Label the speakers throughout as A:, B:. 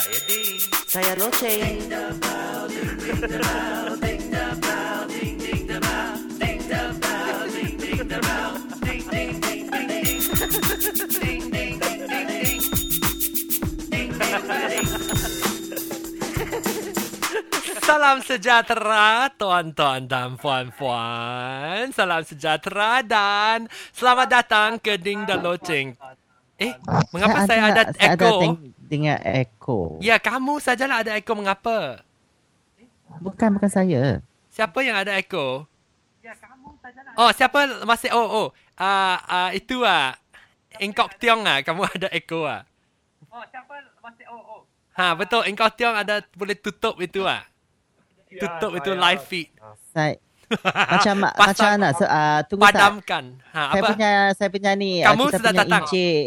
A: Saya Ding.
B: Saya Noche.
A: Salam sejahtera tuan-tuan dan puan-puan. Salam sejahtera dan selamat datang ke Ding dan Loceng. Eh, mengapa saya ada
C: saya ada
A: echo?
C: teng- dengar echo.
A: Ya, kamu sajalah ada echo mengapa?
C: Bukan bukan saya.
A: Siapa yang ada echo? Ya, Oh, siapa masih oh oh. Ah uh, uh, itu ah. Engkok Tiong ah, kamu ada echo ah. Oh, siapa masih oh oh. Ha, betul. Engkok Tiong ada boleh tutup itu ah. Tutup itu live feed.
C: Saya
A: Ha,
C: macam macam
A: Pasang-
C: mana? So, ah, tunggu tak.
A: Padamkan. Ha,
C: Saya
A: apa?
C: punya saya punya ni ah,
A: Kamu
C: kita
A: sudah
C: punya
A: datang.
C: Encik,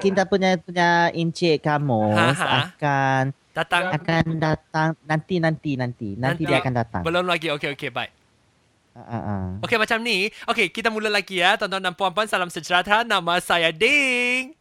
C: kita punya punya encik kamu
A: Ha, ha.
C: akan
A: Datang.
C: akan datang nanti nanti nanti nanti dia akan datang.
A: Belum lagi. Okey, okey, baik.
C: Ah, ah, ah.
A: Okey, macam ni. Okey, kita mula lagi ya. Tuan-tuan dan puan-puan, salam sejahtera. Nama saya Ding.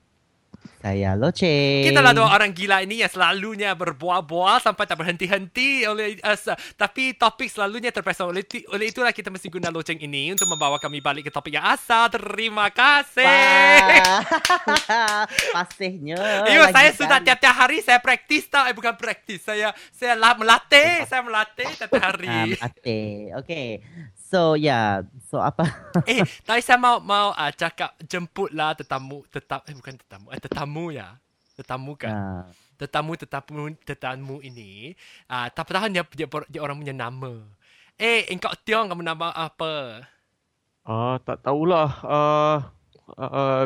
C: Saya Loce.
A: Kita lah dua orang gila ini yang selalunya berbual-bual sampai tak berhenti-henti oleh uh, se- tapi topik selalunya terpesong oleh, ti- oleh itulah kita mesti guna loceng ini untuk membawa kami balik ke topik yang asal. Terima kasih.
C: Wah. Pasihnya.
A: Iyo,
C: lagi
A: saya sudah
C: kali.
A: tiap-tiap hari saya praktis tau. Eh, bukan praktis. Saya saya la- melatih. Saya melatih tiap-tiap hari.
C: Ah, mati. Okay. So, yeah. So, apa?
A: eh, tapi saya mau mau uh, cakap jemputlah tetamu tetap eh bukan tetamu, eh, tetamu ya. Tetamu kan.
C: Ah.
A: tetamu tetamu tetamu ini ah uh, tak tahu dia, dia, dia orang punya nama. Eh, engkau tiong kamu nama apa?
D: Ah, tak tahulah. Ah, ah, ah,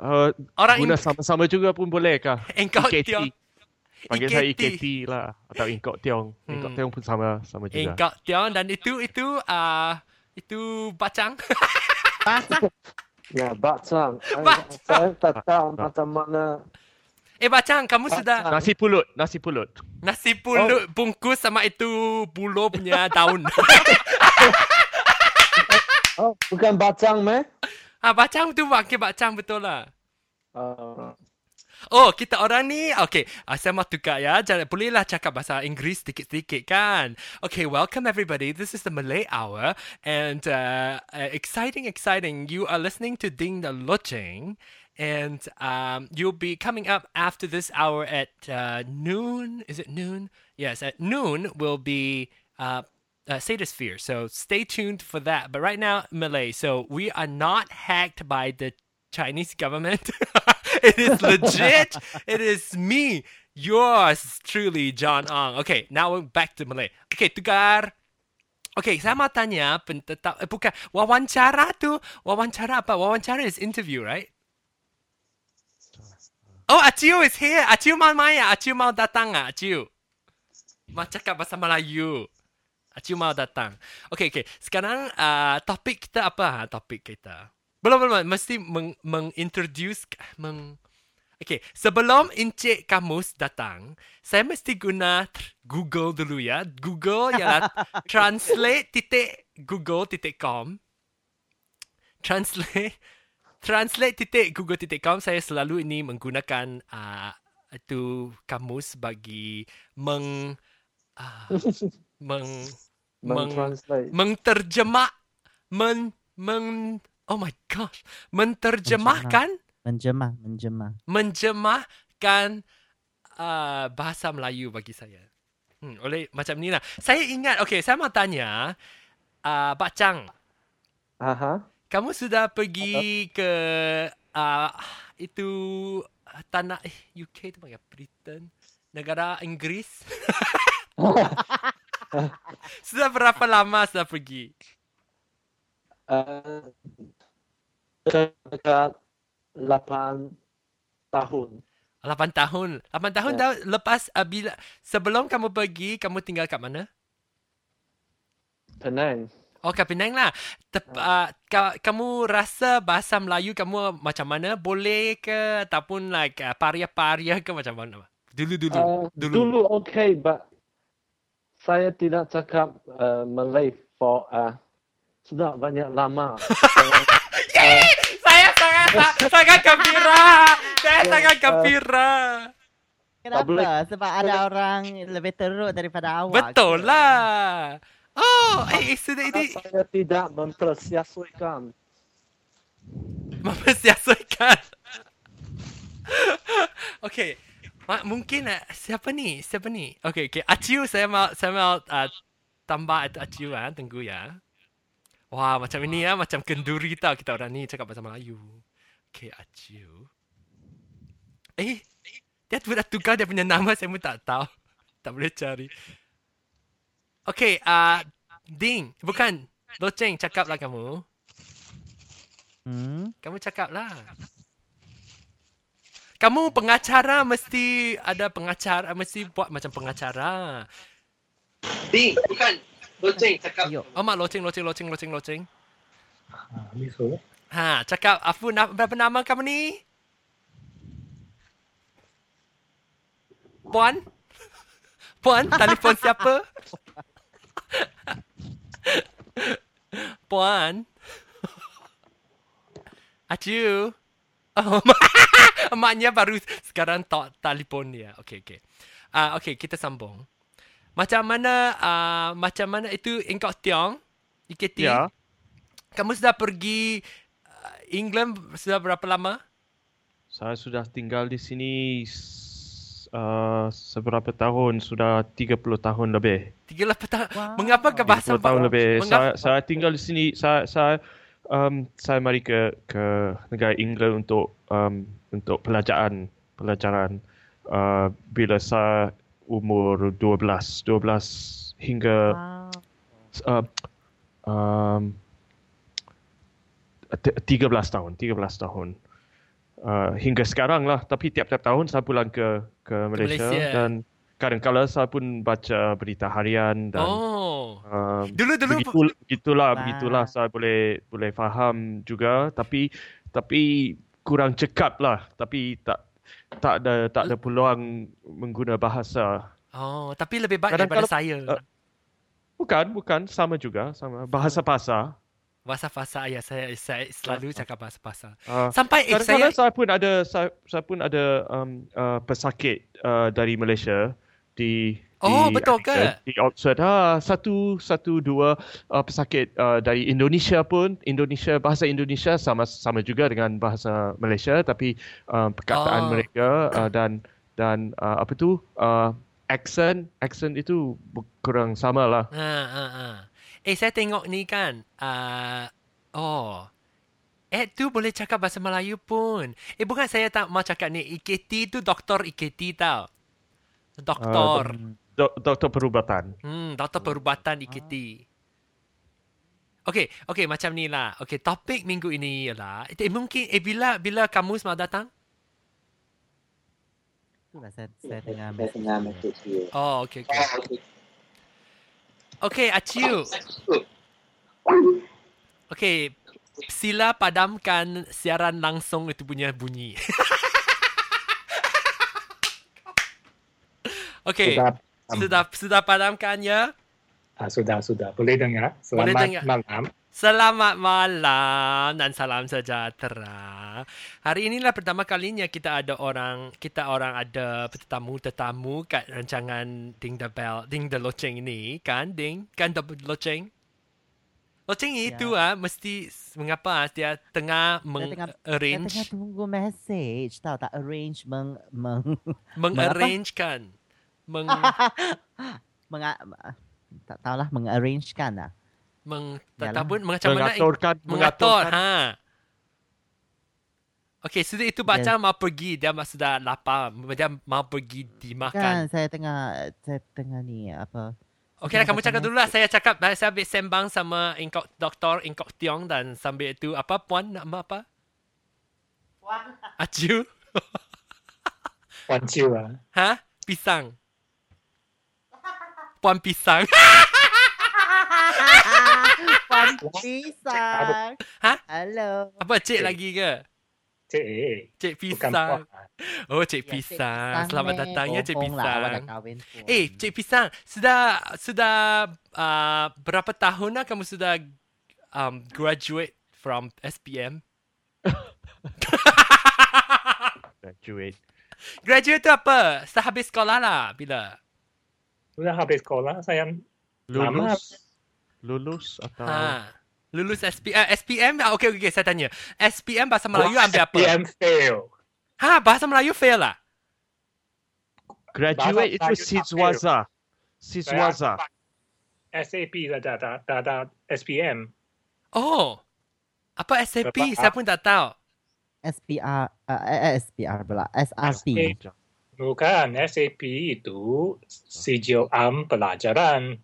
D: ah,
A: Orang
D: guna
A: Eng-
D: sama-sama juga pun boleh kah?
A: engkau
D: EKT.
A: tiong.
D: Panggil saya EKT lah. Atau Ingkok Tiong. Ingkok
A: Hmm.
D: Tiong pun sama sama juga.
A: Engkau tiong dan itu itu ah itu bacang.
E: Ya, bacang. Ay,
A: Bacang.
E: Saya tak tahu macam mana.
A: eh bacang, kamu sudah
D: Nasi pulut. Nasi pulut.
A: nasi pulut bungkus sama itu buluh punya daun.
E: Oh, bukan bacang, meh?
A: ah bacang tu pakai bacang betul lah.
E: Uh,
A: Oh, kita orang ni, okay, uh, saya mau tukar ya. Jadi, bolehlah cakap bahasa Inggeris sedikit-sedikit kan? Okay, welcome everybody. This is the Malay Hour. And uh, uh, exciting, exciting. You are listening to Ding the Lodging. And um, you'll be coming up after this hour at uh, noon. Is it noon? Yes, at noon will be uh, uh, Satosphere. So stay tuned for that. But right now, Malay. So we are not hacked by the Chinese government. it is legit. it is me. Yours truly, John Ong. Okay, now we're back to Malay. Okay, tukar. Okay, saya mau tanya pentetap, eh, bukan, wawancara tu, wawancara apa? Wawancara is interview, right? Oh, Aciu is here. Aciu mau main ah? Aciu mau datang ah? Aciu. Mau cakap bahasa Melayu. Aciu mau datang. Okay, okay. Sekarang uh, topik kita apa? Ha? Topik kita. Belum, belum. belum. Mesti meng, mengintroduce, meng... Okay, sebelum Encik Kamus datang, saya mesti guna tr- Google dulu ya. Google ialah translate titik google titik com. Translate translate titik google titik com. Saya selalu ini menggunakan uh, itu kamus bagi meng uh, meng meng
E: mentranslate.
A: mengterjemah men men oh my gosh menterjemahkan
C: Menjemah, menjemah.
A: menjemahkan uh, bahasa Melayu bagi saya. Hmm, oleh macam ni lah. Saya ingat, okay, saya mau tanya, uh, Pak Chang,
E: Aha.
A: kamu sudah pergi ke uh, itu uh, tanah eh, UK tu panggil apa? Britain, negara Inggeris. sudah berapa lama sudah pergi?
E: Uh, dekat 8 tahun.
A: 8 tahun. 8 tahun
E: Ya.
A: dah lepas uh, bila sebelum kamu pergi, kamu tinggal kat mana?
E: Penang.
A: Oh, kat Penang lah. Tep, uh, ka, kamu rasa bahasa Melayu kamu macam mana? Boleh ke? Ataupun like uh, paria-paria ke macam mana? Dulu, dulu.
E: Uh,
A: dulu.
E: dulu okay, but saya tidak cakap uh, Malay for uh, sudah banyak lama.
A: Yeay! Saya sangat, sangat gembira. Saya
E: Ya,
A: sangat
E: uh,
A: gembira.
C: Kenapa?
E: boleh.
C: Sebab ada orang lebih teruk daripada awak.
A: Betul
C: ke?
A: lah. Oh, eh, eh sudah
E: Kenapa
A: ini
E: saya tidak mempersiasuikan?
A: mempersiasatkan. okay. Ma- mungkin uh, siapa ni? Siapa ni? Okay, okay. Aciu saya mau saya mau uh, tambah at- Aciu ah, tunggu ya. Wah, macam ini ya, macam kenduri tau kita orang ni cakap bahasa Melayu. Okay, Aciu. Eh, dia tu dah tukar dia punya nama saya pun tak tahu. Tak boleh cari. Okay, uh, Ding, bukan. Loceng, cakaplah kamu.
C: Hmm?
A: Kamu cakap lah. Kamu pengacara mesti ada pengacara mesti buat macam pengacara.
B: Ding, bukan. Loceng, cakap.
C: Yuk.
A: Oh mak loceng loceng loceng loceng loceng.
F: ni so.
A: Ha, cakap Afu na- berapa nama kamu ni? Puan? Puan, telefon siapa? Puan? Acu? Oh, maknya baru sekarang tak telefon dia. Okay, okay. Ah, uh, okay, kita sambung. Macam mana, uh, macam mana itu engkau tiang? IKT?
D: Ya.
A: Kamu sudah pergi uh, England sudah berapa lama?
D: Saya sudah tinggal di sini s- uh, seberapa tahun? Sudah 30 tahun lebih.
A: 30 lah petang.
C: Wow.
A: Mengapa ke bahasa
D: 30 tahun
A: Ba-
D: lebih. Saya
A: Mengapa?
D: saya tinggal di sini. Saya saya um, saya mari ke ke negara England untuk um, untuk pelajaran pelajaran uh, bila saya umur 12 12 hingga
C: Wow.
D: uh, um, t- 13 tahun, 13 tahun. Uh, hingga sekarang lah. Tapi tiap-tiap tahun saya pulang ke ke Malaysia,
A: Malaysia.
D: dan kadang-kala saya pun baca berita harian dan
A: Oh.
D: um,
A: Dulu dulu
D: begitu, begitulah
C: Wah.
D: begitulah saya boleh boleh faham juga tapi tapi kurang cekap lah tapi tak tak ada tak ada peluang mengguna bahasa
A: Oh, tapi lebih baik
D: Kadang
A: daripada
D: kalau-
A: saya.
D: uh, bukan bukan sama juga sama bahasa pasar
A: bahasa pasar ya saya saya selalu cakap bahasa pasar.
D: uh,
A: Sampai eh, saya
D: kadang-kadang saya... pun ada saya, saya pun ada um, uh, pesakit uh, dari Malaysia di
A: Oh,
D: di,
A: betul
D: Abingdon, di Oxford ha, satu satu dua uh, pesakit uh, dari Indonesia pun Indonesia bahasa Indonesia sama sama juga dengan bahasa Malaysia tapi uh,
A: Oh.
D: perkataan mereka uh, dan dan uh, apa tu uh, accent accent itu bu- kurang sama lah
A: Ha, ha, ha. Eh, saya tengok ni kan. Uh, oh. Ed tu boleh cakap bahasa Melayu pun. Eh, bukan saya tak mau cakap ni. IKT tu doktor IKT tau.
D: Ah,
A: Doktor.
D: Do- uh, doktor perubatan
A: Hmm, doktor perubatan IKT. Okey, okey macam ni lah. Okey, topik minggu ini ialah eh, mungkin eh bila bila kamu semua datang?
C: Itulah saya, saya tengah ambil.
B: Saya tengah message dia.
A: Oh, okey okey. Okey, Aciu. Okey, sila padamkan siaran langsung itu punya bunyi. okey,
F: Sudah,
A: sudah sudah padamkan ya.
F: ah, sudah, sudah. Boleh dengar? Selamat
A: dengar.
F: malam.
A: Selamat malam dan salam sejahtera. Hari inilah pertama kalinya kita ada orang, kita orang ada tetamu-tetamu kat rancangan Ding the Bell, Ding the Loceng ini kan, Ding? Kan the Loceng? Loceng
C: Ya.
A: itu ah mesti mengapa ah, dia
C: tengah-
A: tengah
C: Saya
A: meng-arrange,
C: tengah tunggu message tau tak arrange meng, meng,
A: meng-arrangekan. kan? Meng,
C: meng tak tahulah mengarrange kan lah.
A: meng, tak
C: Yalah.
A: tahu pun macam mana
D: mengaturkan
A: Mengatur, ha. Okey, sudah itu baca mau pergi. Dia mas- sudah lapar. Dia mau pergi dimakan.
C: Kan saya tengah saya tengah ni apa.
A: Okey lah,
C: Saya
A: kamu cakap
C: tengah-
A: dulu lah. Saya cakap, saya ambil sembang sama Ingkok Doktor Ingkok Tiong dan sambil itu, apa puan nama apa? Puan. Acu?
F: Wan Chiu ah.
A: Ha? Pisang. Puan Pisang.
C: Puan Pisang.
A: Ha?
C: Hello.
A: Apa cik lagi ke?
F: Cik, eh,
A: Cik
F: bukan
A: Pisang.
F: puan. ah.
A: Oh, cik
C: Ya,
A: Pisang. Selamat
C: ni.
A: datang ya Cik
C: Bohong lah, awak
A: Pisang.
C: dah kahwin pun.
A: Eh, Cik Pisang, sudah sudah uh, berapa tahun lah kamu sudah um, graduate from SPM?
D: graduate
A: Graduate tu apa? Setelah habis sekolah lah. Bila?
F: Sudah habis sekolah saya Lama.
D: Lulus. Lulus atau
A: Ha. Lulus SP, eh, SPM? Ah, okay, okay, saya tanya. SPM bahasa Melayu
F: Wah,
A: ambil apa?
F: PM fail.
A: Ha, bahasa Melayu fail lah.
D: graduate itu
F: Bahasa Melayu tak
D: siswaza. Siswaza.
F: Saya SAP saja lah, dah dah dah SPM.
A: Oh. Apa SAP?
F: Berapa?
A: Saya pun tak tahu.
C: SPR, uh, eh, eh, SPR pula, SRP.
F: Eh, Bukan SAP itu CJOAM pelajaran.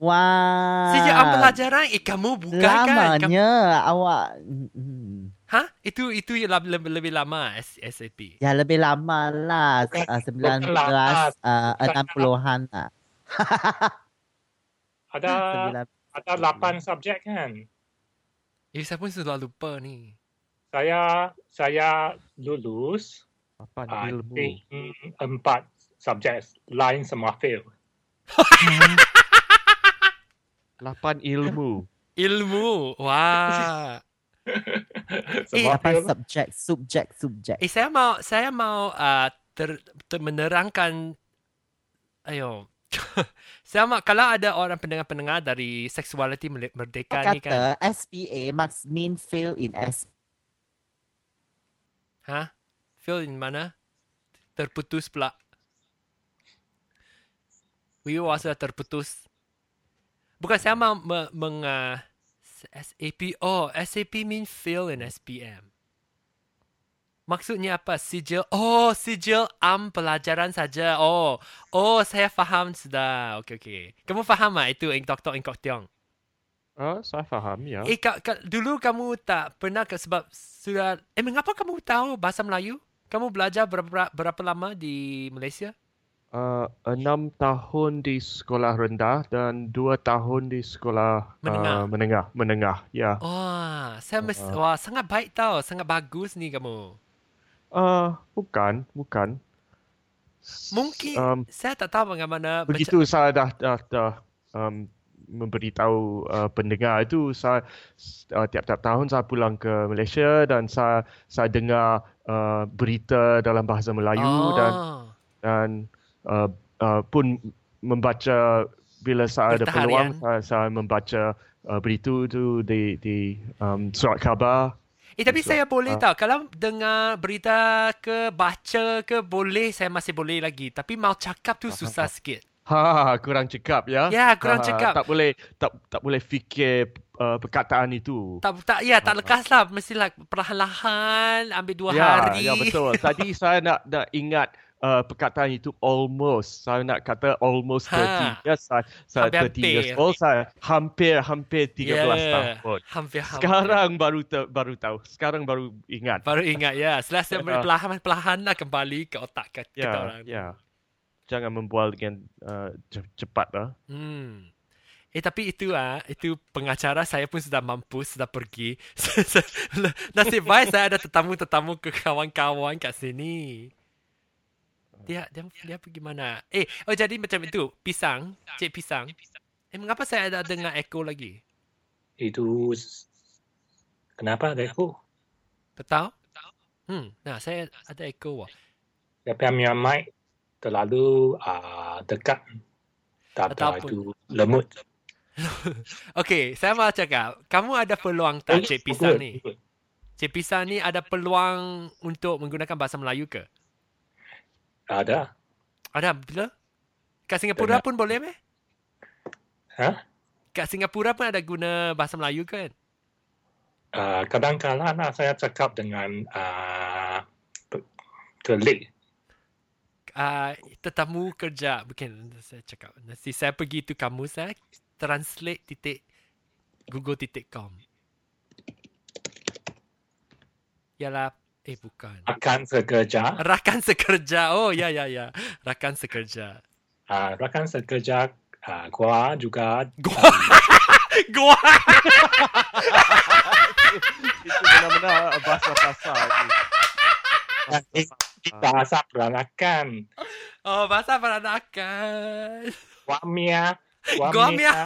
C: Wah.
A: Sejak apa pelajaran? Eh, kamu bukan kan? Kamu,
C: Ah. Lamanya awak. Hmm, Mm-mm.
A: ha? Itu itu yang lab- lebih, lebih lama S- SAP.
C: Ya lebih lama lah.
F: Bukan-
C: Uh,
F: bukan
C: 19,
F: lama,
C: uh,
F: bukan
C: 60-an lah.
A: Ah,
F: Ada
C: 19.
F: ada lapan subjek kan.
A: Eh, saya pun sudah lupa ni.
F: Saya saya lulus
D: Apa
F: ah,
D: ilmu?
F: think empat subjek lain semua fail.
D: Lapan ilmu.
A: Ilmu. Wah.
F: semua
C: Apa
F: fail.
C: subjek, subjek, subjek.
A: Eh, saya mau saya mau uh, ter, ter, menerangkan ayo. saya mau kalau ada orang pendengar-pendengar dari seksualiti Mele- merdeka
C: Kau
A: ni kan.
C: kata SPA must mean fail in S.
A: Ha? Phil in mana? Terputus pula. Wiwi Wasa terputus. Bukan saya mau me, meng uh, SAP. Oh, SAP mean Phil in SPM. Maksudnya apa? Sijil. Oh, sijil am pelajaran saja. Oh, oh saya faham sudah. Okey okey. Kamu faham ah itu Ing Tok Tok Ing Kok Tiong?
D: Ah, saya faham ya.
A: Eh, ka, ka, dulu kamu tak pernah ke sebab sudah... Eh, mengapa kamu tahu bahasa Melayu? Kamu belajar berapa, berapa lama di Malaysia?
D: Uh, enam tahun di sekolah rendah dan dua tahun di sekolah
A: Menengah.
D: Uh, menengah. Menengah, ya.
A: Wah, saya mes,
D: Ah.
A: wah sangat baik tau. Sangat bagus ni kamu.
D: Uh, bukan, bukan. S-
A: Mungkin
D: Um,
A: saya tak tahu bagaimana...
D: begitu saya dah, dah, dah um, memberitahu uh, pendengar itu saya s- uh, tiap-tiap tahun saya pulang ke Malaysia dan saya saya dengar uh, berita dalam bahasa Melayu dan
A: Oh.
D: dan uh, uh, pun membaca bila saya ada
A: Bertaharian.
D: peluang saya, saya membaca uh, berita itu di di um, surat khabar
A: Eh, tapi
D: Betul.
A: saya boleh
D: Ah.
A: tahu. Kalau dengar berita ke, baca ke, boleh. Saya masih boleh lagi. Tapi mau cakap tu
D: Faham,
A: susah sikit.
D: ha kurang cekap ya
A: Ya, kurang
D: Ha,
A: cakap.
D: tak boleh tak tak boleh fikir uh, perkataan itu
A: Tak, tak, ya, tak
D: Ah.
A: lekas lah. Mesti lah perlahan-lahan, ambil dua
D: ya
A: hari.
D: ya betul tadi saya nak nak ingat uh, perkataan itu almost saya nak kata almost
A: Ha.
D: 30 ya saya saya
A: Hampir-hampir.
D: 30 years old saya hampir hampir 13
A: Ya.
D: tahun
A: Hampir-hampir.
D: sekarang baru ter, baru tahu sekarang baru ingat
A: Baru ingat ya. Setelah saya
D: Ya.
A: perlahan-perlahan lah kembali ke otak ke, ke
D: Ya,
A: orang.
D: ya. Jangan membual dengan uh, ce- cepat lah.
A: Hmm. Eh tapi itu ah, itu pengacara saya pun sudah mampus, sudah pergi. Saya- saya- Nasib baik saya ada tetamu-tetamu ke kawan-kawan kat sini. Dia dia dia pergi mana? Eh, oh jadi macam itu, pisang, cik pisang. Eh mengapa saya ada dengar echo lagi?
F: Itu s- kenapa ada aku?
A: Tak tahu? Hmm, nah saya ada echo. Wah.
F: Dia punya mic terlalu ah, dekat.
A: Atau
F: Tak ada
A: apa?
F: itu lemut.
A: Okey, saya mau cakap, kamu ada peluang
F: Eh,
A: tak cik pisang
F: Ikut,
A: ni?
F: ikut.
A: Cik Pisang ni ada peluang untuk menggunakan bahasa Melayu ke?
F: Ada.
A: Ada bila? Kat Singapura
F: Kena.
A: pun boleh meh?
F: Hah?
A: Kat Singapura pun ada guna bahasa Melayu kan?
F: Ah, kadang-kadang lah saya cakap dengan ah, pe- colleague
A: Uh, tetamu kerja, bukan saya cakap. Nanti saya pergi tu kamus saya translate titik google titik com. Yalah, eh bukan.
F: rakan sekerja.
A: Rakan sekerja. Oh, ya, ya, ya. Rakan sekerja.
F: Ah, rakan sekerja ah, gua juga
A: Gua. Gua.
D: Itu benar-benar bahasa-bahasa. itu.
F: di, di bahasa peranakan.
A: Oh, bahasa peranakan.
F: Guamia.
A: Guamia.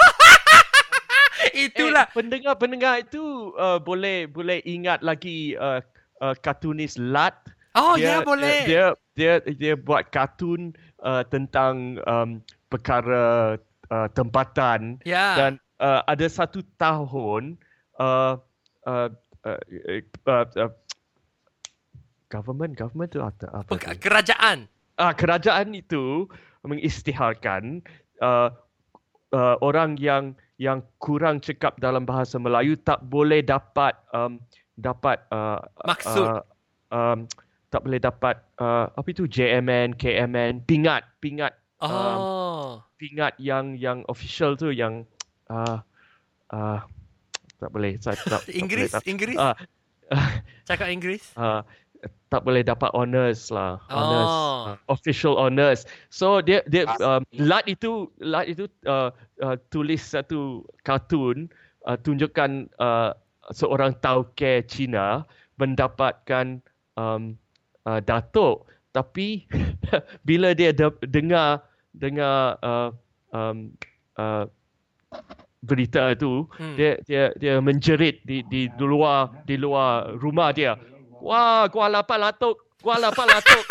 A: Itulah.
D: Eh, pendengar-pendengar itu uh, boleh boleh ingat lagi uh, uh, kartunis Lat
A: Oh, ya,
D: dia,
A: boleh.
D: Dia dia dia buat kartun uh, tentang um, perkara uh, tempatan
A: Ya.
D: dan uh, ada satu tahun uh, uh, uh, uh, uh, uh, government government tu apa? apa
A: Pe-
D: tu?
A: kerajaan.
D: Ah kerajaan itu mengisytiharkan uh, uh, orang yang yang kurang cakap dalam bahasa Melayu tak boleh dapat um, dapat uh,
A: Maksud.
D: uh, um, tak boleh dapat uh, apa itu JMN, KMN, pingat, pingat,
A: Oh.
D: pingat yang yang official tu yang uh, uh, tak boleh saya tak, tak
A: Inggeris,
D: boleh,
A: Inggeris.
D: tak, uh,
A: Cakap Inggeris.
D: uh, tak boleh dapat honors lah. Honors.
A: Oh.
D: Uh, official honors. So dia dia
B: Ah.
D: um, lat itu lat itu uh, uh, tulis satu kartun uh, tunjukkan uh, seorang tauke Cina mendapatkan um, uh, datuk tapi bila dia de- dengar dengar uh, um, uh, berita itu
A: Hmm.
D: dia dia dia menjerit di di di luar di luar rumah dia. Wah, gua lapar latuk, gua lapar latuk.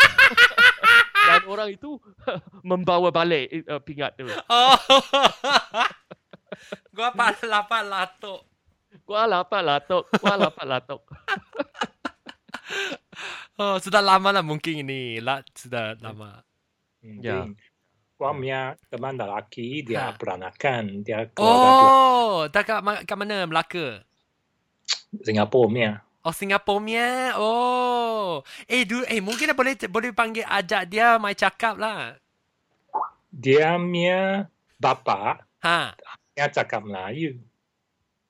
D: Dan orang itu membawa balik uh, pingat tu.
A: Oh. Gua pala pala tu.
D: Gua lapar latuk, gua lapar latuk.
A: Oh, sudah lama lah mungkin ini. Lat sudah lama.
D: Ya.
F: Wah, punya teman lelaki
A: Ha.
F: dia peranakan dia keluarga
A: Oh, dah kat, ma- kat mana? Melaka?
F: Singapura punya.
A: Oh, Singapura punya. Oh. Eh, du, eh mungkin dia boleh boleh panggil ajak dia mai cakap lah.
F: Dia punya bapa
A: Ha.
F: dia cakap Melayu.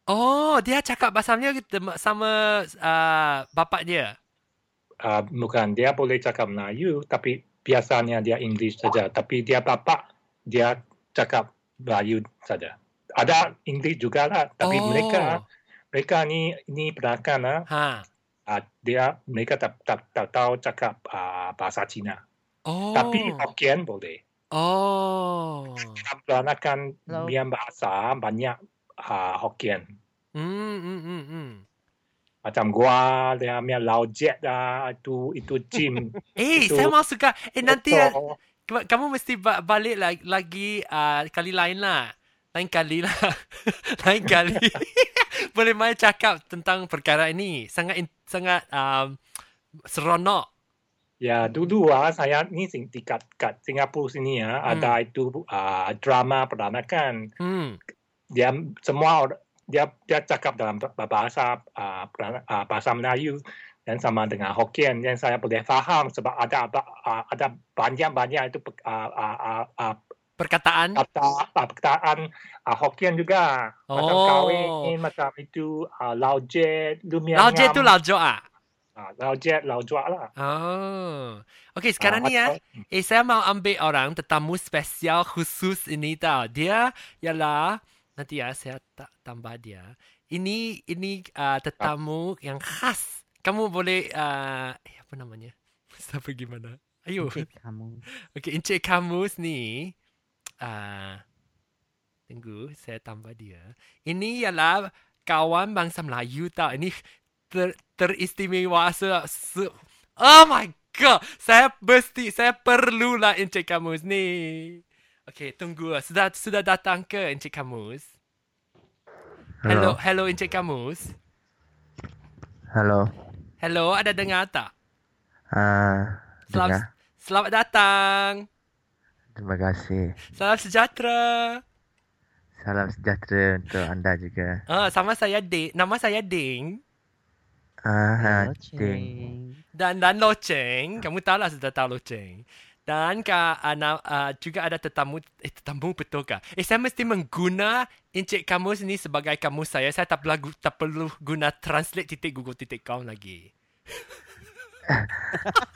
A: Oh, dia cakap bahasa Melayu tem- sama uh, bapak dia.
F: Ah, bukan dia boleh cakap Melayu tapi biasanya dia English saja. Tapi dia bapa dia cakap Melayu saja. Ada English juga lah. Tapi
A: oh.
F: mereka mereka ni ni peranakan lah.
A: Ha.
F: Ah, dia mereka tak tak tak tahu cakap ah, bahasa Cina.
A: Oh.
F: Tapi Hokkien boleh.
A: Oh.
F: Peranakan
C: Hello.
F: biar bahasa banyak ah, Hokkien.
A: Hmm, hmm, hmm, hmm.
F: Macam gua, dia punya Lao Jet lah, itu, itu Jim.
A: Eh,
F: Itu-
A: saya mau suka. Eh, nanti ah,
F: Otto.
A: Kamu- Kamu mesti ba- balik lagi, lagi uh, kali lain lah. Lain kali lah. lain kali. Boleh main cakap tentang perkara ini. Sangat in- sangat um, seronok.
F: Ya, dulu ah, saya ni sing, di kat, kat Singapura sini ah,
A: Hmm.
F: ada itu ah, drama peranakan.
A: Hmm.
F: Dia semua or- dia dia cakap dalam bah- bahasa ah, Perana- ah, bahasa Melayu dan sama dengan Hokkien yang saya boleh faham sebab ada ba- ah, ada banyak-banyak itu pe- ah, ah, ah, ah,
A: Perkataan.
F: kata ah, perkataan ah, Hokkien juga. Macam
A: Oh.
F: kahwin, macam itu ah, lau je, lumiang
A: Lao je tu
F: ngam.
A: lao jo ah.
F: Ah, lau je, lau jua lah.
A: Oh. Okey, sekarang
F: Ah,
A: ni ya.
F: macam-
A: Eh, saya mau ambil orang tetamu spesial khusus ini tau. Dia ialah nanti ya saya tak tambah dia. Ini ini uh, tetamu yang khas. Kamu boleh uh, eh apa namanya? Siapa gimana? Ayo.
C: Encik kamu.
A: Okey, Encik Kamus ni uh, tunggu saya tambah dia. Ini ialah kawan bangsa Melayu tau. Ini ter, teristimewa se, se Oh my god. Saya mesti saya perlulah Encik Kamus ni. Okey, tunggu. Sudah sudah datang ke Encik Kamus? Hello, hello Encik Kamus.
G: Hello.
A: Hello, ada dengar tak?
G: Ah,
A: Selamat
G: dengar.
A: selamat datang.
G: Terima kasih.
A: Salam sejahtera.
G: Salam sejahtera untuk anda juga.
A: Ah, sama saya Ding. Nama saya Ding
G: Ah,
C: Hello,
G: ding.
C: Cheng.
A: dan dan Loceng. Kamu tahu lah sudah tahu Loceng. Dan ka, ana, uh, juga ada tetamu eh, tetamu betul ke? Eh saya mesti mengguna encik kamu sini sebagai kamu saya. Saya tak perlu tak perlu guna translate titik google titik com lagi.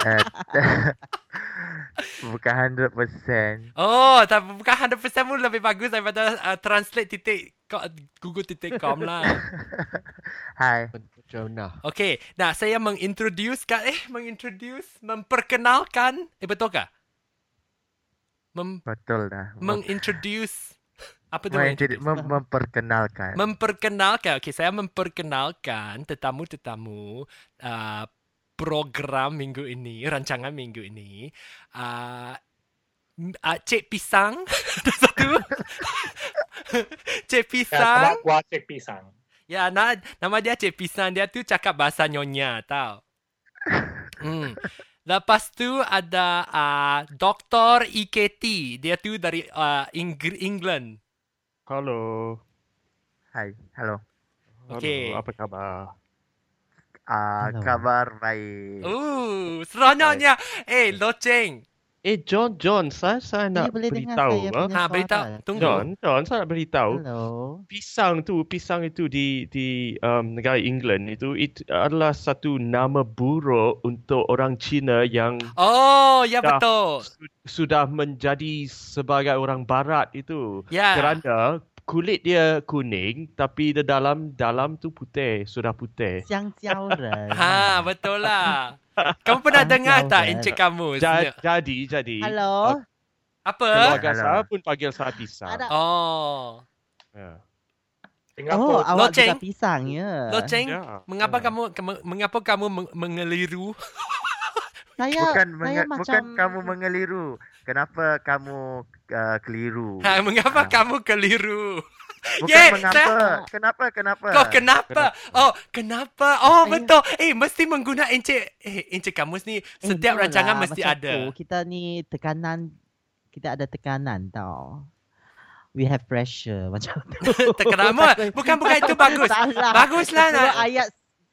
G: Eh, Bukan 100%.
A: Oh, tak bukan 100% pun lebih bagus daripada uh, translate titik co- google titik com lah.
G: Hai.
D: Jonah.
A: Okey, nah saya mengintroduce kan eh mengintroduce memperkenalkan eh betul ke? Mem,
G: Betul dah. Mem-
A: mengintroduce apa tu?
G: mem-
A: mengintroduce?
G: mem- memperkenalkan.
A: Memperkenalkan. Okey, saya memperkenalkan tetamu-tetamu uh, program minggu ini, rancangan minggu ini. Uh, Cik Pisang Ada satu Cik
F: Ya, nama
A: Pisang
F: gua cek pisang.
A: Ya, na, nama dia Cik Pisang. Dia tu cakap bahasa nyonya tau. Hmm. Lepas tu ada uh, Dr. EKT. Dia tu dari uh, Ingr- England.
D: Hello.
G: Hai, hello.
A: Okay.
D: Hello, apa khabar?
G: Ah,
C: Hello.
G: kabar baik.
A: Ooh, seronoknya. Eh, loceng.
D: Eh, John, John, saya saya nak
C: boleh dengar
D: beritahu.
C: saya
D: ah.
G: eh?
C: punya
A: Ha,
C: suara.
A: beritahu. Tunggu.
D: John, John, saya nak beritahu.
C: Hello.
D: pisang tu pisang itu di di um, negara England itu itu adalah satu nama buruk untuk orang Cina yang
A: Oh, ya
D: Ya.
A: betul.
D: su- sudah menjadi sebagai orang barat itu
A: Ya.
D: kerana kulit dia kuning tapi di dalam dalam tu putih sudah putih
C: Siang ciao ren.
A: Ha, betul lah. Kamu pernah
C: Thank
A: dengar
C: you,
A: tak
C: Albert.
A: encik kamu?
D: ja,
A: Sebenarnya-
D: jadi jadi
C: Hello.
A: Apa?
D: keluarga
G: Hello.
D: saya pun panggil saya pisang
C: Ada.
A: Oh.
D: ya
C: Oh,
F: Singapura
C: awak
A: Loceng.
C: juga pisang ya.
A: Loceng,
D: Ya.
A: mengapa
D: Ya.
A: kamu kamu- mengapa kamu meng- mengeliru?
C: Saya
G: Bukan
C: saya
G: menge-
C: macam
G: bukan
C: Hmm.
G: kamu mengeliru. Kenapa kamu uh, keliru?
A: Ha, mengapa
G: Ah.
A: kamu keliru?
G: Bukan
A: Ye,
G: mengapa.
C: saya-
G: Kenapa? Kenapa?
A: Kau kenapa? Oh, kenapa? Oh,
C: Saya-
A: betul. Eh, mesti menggunakan encik eh encik kamus
C: Eh,
A: ni setiap
C: betul
A: rancangan
C: lah,
A: mesti
C: macam
A: ada.
C: Tu, kita ni tekanan kita ada tekanan tau. We have pressure macam tu.
A: Terkerama. Bukan bukan Kan, itu bagus.
C: Salah.
A: Baguslah
C: Semua
A: nak.
C: ayat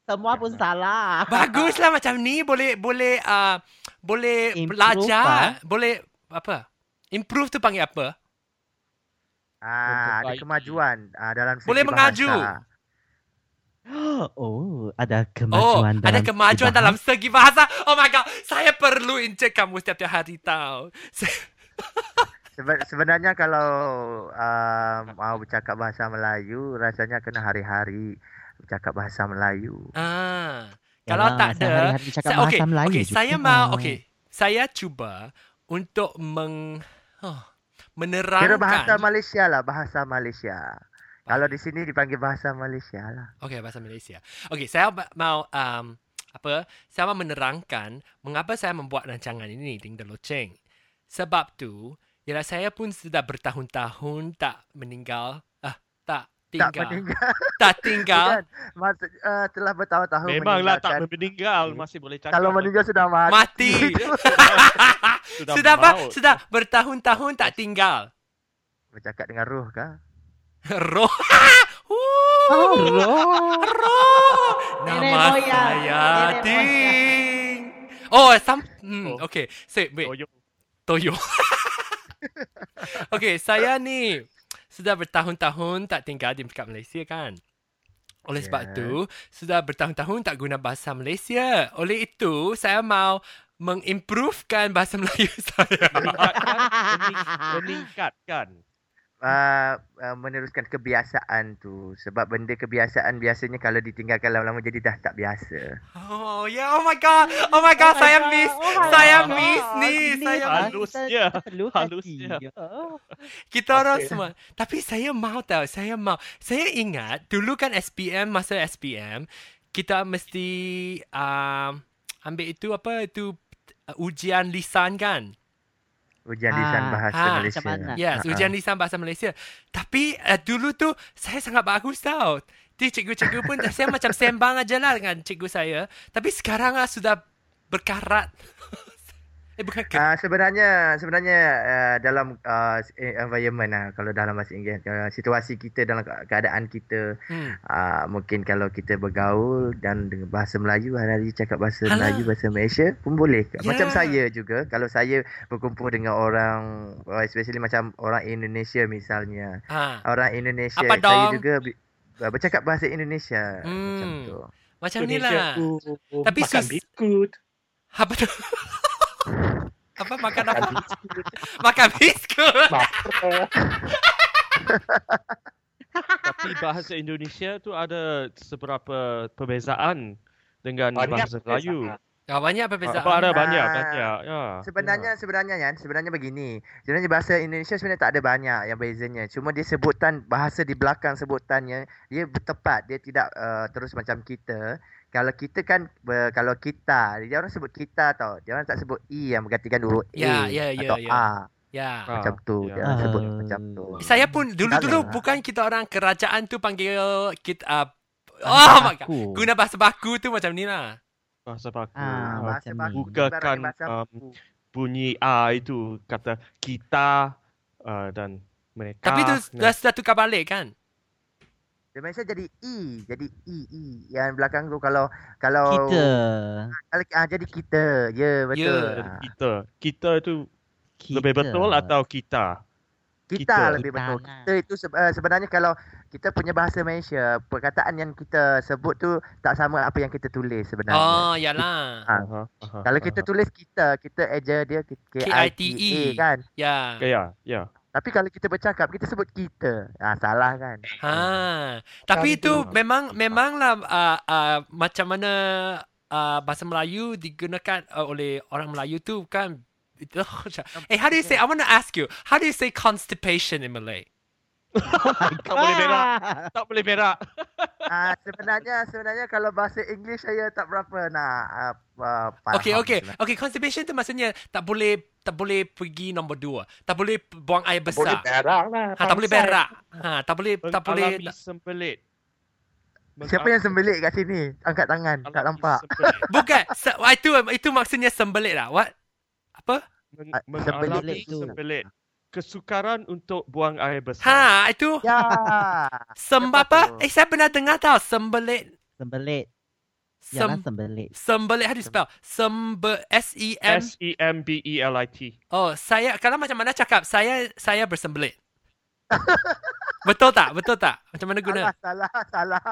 C: semua pun salah.
A: Baguslah macam ni boleh boleh uh, boleh
C: Improve, kan?
A: belajar, boleh apa? Improve tu panggil apa?
G: Ah, ada
D: Memperbaiki.
G: kemajuan ah, dalam segi
A: Boleh mengaju.
G: bahasa.
C: Oh, ada
A: Oh,
C: kemajuan dalam
A: ada kemajuan
C: bahasa.
A: dalam segi bahasa. Oh my god, saya perlu encik kamu setiap hari tau.
G: Sebe- sebenarnya kalau ah, mau bercakap bahasa Melayu, rasanya kena hari-hari bercakap bahasa Melayu.
A: Ah. Kalau tak ada,
C: sehari-hari cakap
A: Saya-
C: bahasa Melayu.
A: okay,
C: juga.
A: saya mau okay. Saya cuba untuk meng huh, menerangkan.
G: Kira bahasa Malaysia lah, bahasa Malaysia. Kalau di sini dipanggil bahasa Malaysia lah.
A: Okay, bahasa Malaysia. Okay, saya ba- mau um, apa? Saya mau menerangkan mengapa saya membuat rancangan ini Ding The Loceng. Sebab tu, ialah saya pun sudah bertahun-tahun tak meninggal, ah, tak tinggal,
G: Tak meninggal.
A: tak tinggal.
G: Bukan. Maksud, eh, telah bertahun-tahun
D: memanglah tak
G: meninggalkan.
D: meninggal masih boleh cakap
G: Kalau meninggal sudah mati.
A: Mati.
D: sudah,
A: sudah apa?
D: maut.
A: Sudah bertahun-tahun tak tinggal.
G: Bercakap dengan roh kah?
A: Roh.
C: Oh,
A: Wuh.
C: roh.
A: Roh.
C: Nenek
A: Nama
C: moyang,
A: saya
C: nenek
A: Ting. Oh, some, hmm,
D: Oh.
A: okay. Say, wait.
D: Toyok.
A: Toyo. okay, saya ni sudah bertahun-tahun tak tinggal di dekat Malaysia kan. Oleh sebab
G: Yes.
A: tu, sudah bertahun-tahun tak guna bahasa Malaysia. Oleh itu, saya mau mengimprovekan bahasa Melayu saya.
D: Meningkatkan, mening- meningkatkan
G: uh, uh, meneruskan kebiasaan tu sebab benda kebiasaan biasanya kalau ditinggalkan lama-lama jadi dah tak biasa.
A: Oh, yeah. Oh my god. Oh my god, saya miss. saya miss ni, saya
D: Halusnya, halusnya.
A: Kita orang semua. Tapi saya mau tahu, saya mau. Saya ingat dulu kan SPM masa SPM kita mesti um, ambil itu apa itu uh, ujian lisan kan?
G: Ujian
C: Ah,
G: lisan bahasa
A: ah,
G: Malaysia.
C: macam mana?
A: Yes,
G: Ah, ah.
A: ujian lisan bahasa Malaysia. Tapi uh, dulu tu saya sangat bagus tau. Di cikgu-cikgu pun saya macam sembang aja lah dengan cikgu saya. Tapi sekarang lah sudah berkarat. eh bukan ke-
G: Ah, sebenarnya sebenarnya uh, dalam uh, environment lah kalau dalam bahasa Inggeris uh, situasi kita dalam ke- keadaan kita
A: hmm.
G: uh, mungkin kalau kita bergaul dan dengan bahasa Melayu hari-hari cakap bahasa
A: Alah.
G: Melayu bahasa Malaysia pun boleh
A: Ya.
G: macam saya juga kalau saya berkumpul dengan orang uh, especially macam orang Indonesia misalnya
A: Ah.
G: orang Indonesia.
A: Apa dong?
G: Saya juga bi- ah, bercakap bahasa Indonesia
A: Hmm.
G: macam tu.
A: Macam ni
F: Indonesia
A: lah.
F: tu
A: Tapi
F: makan
A: sus-
F: biskut.
A: Apa tu? apa makan
F: Makan
A: apa?
F: biskut.
A: Makan biskut.
F: Makan.
D: Tapi bahasa Indonesia tu ada seberapa perbezaan dengan
F: Banyak
D: bahasa Melayu.
F: perbezaan.
A: Ah, banyak
D: Apa
A: perbezaan.
D: ada banyak
G: Ah.
D: banyak. Ya.
G: Sebenarnya sebenarnya Yan, sebenarnya begini. Sebenarnya bahasa Indonesia sebenarnya tak ada banyak yang bezanya. Cuma dia sebutan bahasa di belakang sebutannya dia tepat, dia tidak uh, terus eh, macam kita. kalau kita kan ber, kalau kita dia orang sebut kita tau dia orang tak sebut e yang bergantikan huruf a
A: Ya, ya, ya,
G: atau
A: ya. Oh
G: a
A: Ya.
D: Ah,
G: macam tu
D: ya.
G: dia orang sebut
C: Ah.
G: macam tu
A: Saya pun dulu-dulu
G: Salah.
A: bukan kita orang kerajaan tu panggil kita uh, Oh
G: Ah,
A: my god.
C: Aku.
A: Guna bahasa baku tu macam ni lah.
D: bahasa baku.
C: Ah,
D: Ah,
C: macam
G: bahasa baku tu
D: Bukakan,
G: ibaratnya bahasa
A: ah.
D: um,
G: baku.
D: bunyi A itu kata kita uh, dan mereka.
A: Tapi tu
D: Ah,
A: dah,
D: Nah,
A: dah tukar balik kan?
G: Dia Malaysia jadi E, jadi E, E. Yang belakang tu kalau kalau
C: Kita.
G: Kalau, ah, jadi kita. Ya, betul.
A: Ya,
D: jadi
G: Ah,
D: kita. Kita itu
C: kita.
D: lebih betul
F: Ah, lah.
D: atau kita?
G: kita,
D: kita.
G: lebih
C: Kita
G: betul.
C: lah.
G: Kita itu se- uh, sebenarnya kalau kita punya bahasa Malaysia, perkataan yang kita sebut tu tak sama apa yang kita tulis sebenarnya.
A: Oh, yalah.
G: Ah,
D: Aha, aha,
G: Kalau kita
D: aha.
G: tulis kita, kita eja dia K- K-I-T-E
A: K-I-T-E.
G: kan.
A: Ya.
D: Okay, ya, ya.
G: Tapi kalau kita bercakap, kita sebut kita. Ah, salah kan?
A: Ha. Tapi
F: Tapi
A: itu
D: tu-
A: memang memanglah uh, uh, macam mana uh, bahasa Melayu digunakan uh, oleh orang Melayu tu kan. Itu- eh, how do you say? I want to ask you. How do you say constipation in Malay?
D: Tak boleh berak. Tak boleh berak.
G: Ah, sebenarnya sebenarnya kalau bahasa English saya tak berapa nak ah, ah, faham
A: Okay, okay.
G: sebenarnya.
A: Okay, constipation tu maksudnya tak boleh tak boleh pergi nombor dua. Tak boleh buang air
F: Boleh
A: besar.
F: berak lah.
A: Ha, tak boleh
F: pangsai.
A: berak. Ha, tak boleh tak boleh
D: Mengalami sembelit.
G: Siapa yang sembelit kat sini? Angkat tangan. Tak
D: Mengalami
G: nampak.
D: sembelit.
A: bukan se- ah, itu itu maksudnya sembelit lah. What? Apa?
D: Meng-
G: Ah,
D: mengalami
C: sembelit tu.
D: sembelit. Kesukaran untuk buang air
A: Ha,
D: besar.
A: itu
G: Ya.
A: sem
G: Apa
A: apa? Eh,
G: tu?
A: saya pernah dengar tau sembelit.
C: Sembelit.
A: Sem
C: Yalah sembelit.
A: Sembelit, how do you spell? Sembe S E M.
D: S E M B E L I T.
A: Oh, saya kalau macam mana cakap saya saya bersembelit. Betul tak? Betul tak? Macam mana guna?
G: Salah, salah, salah.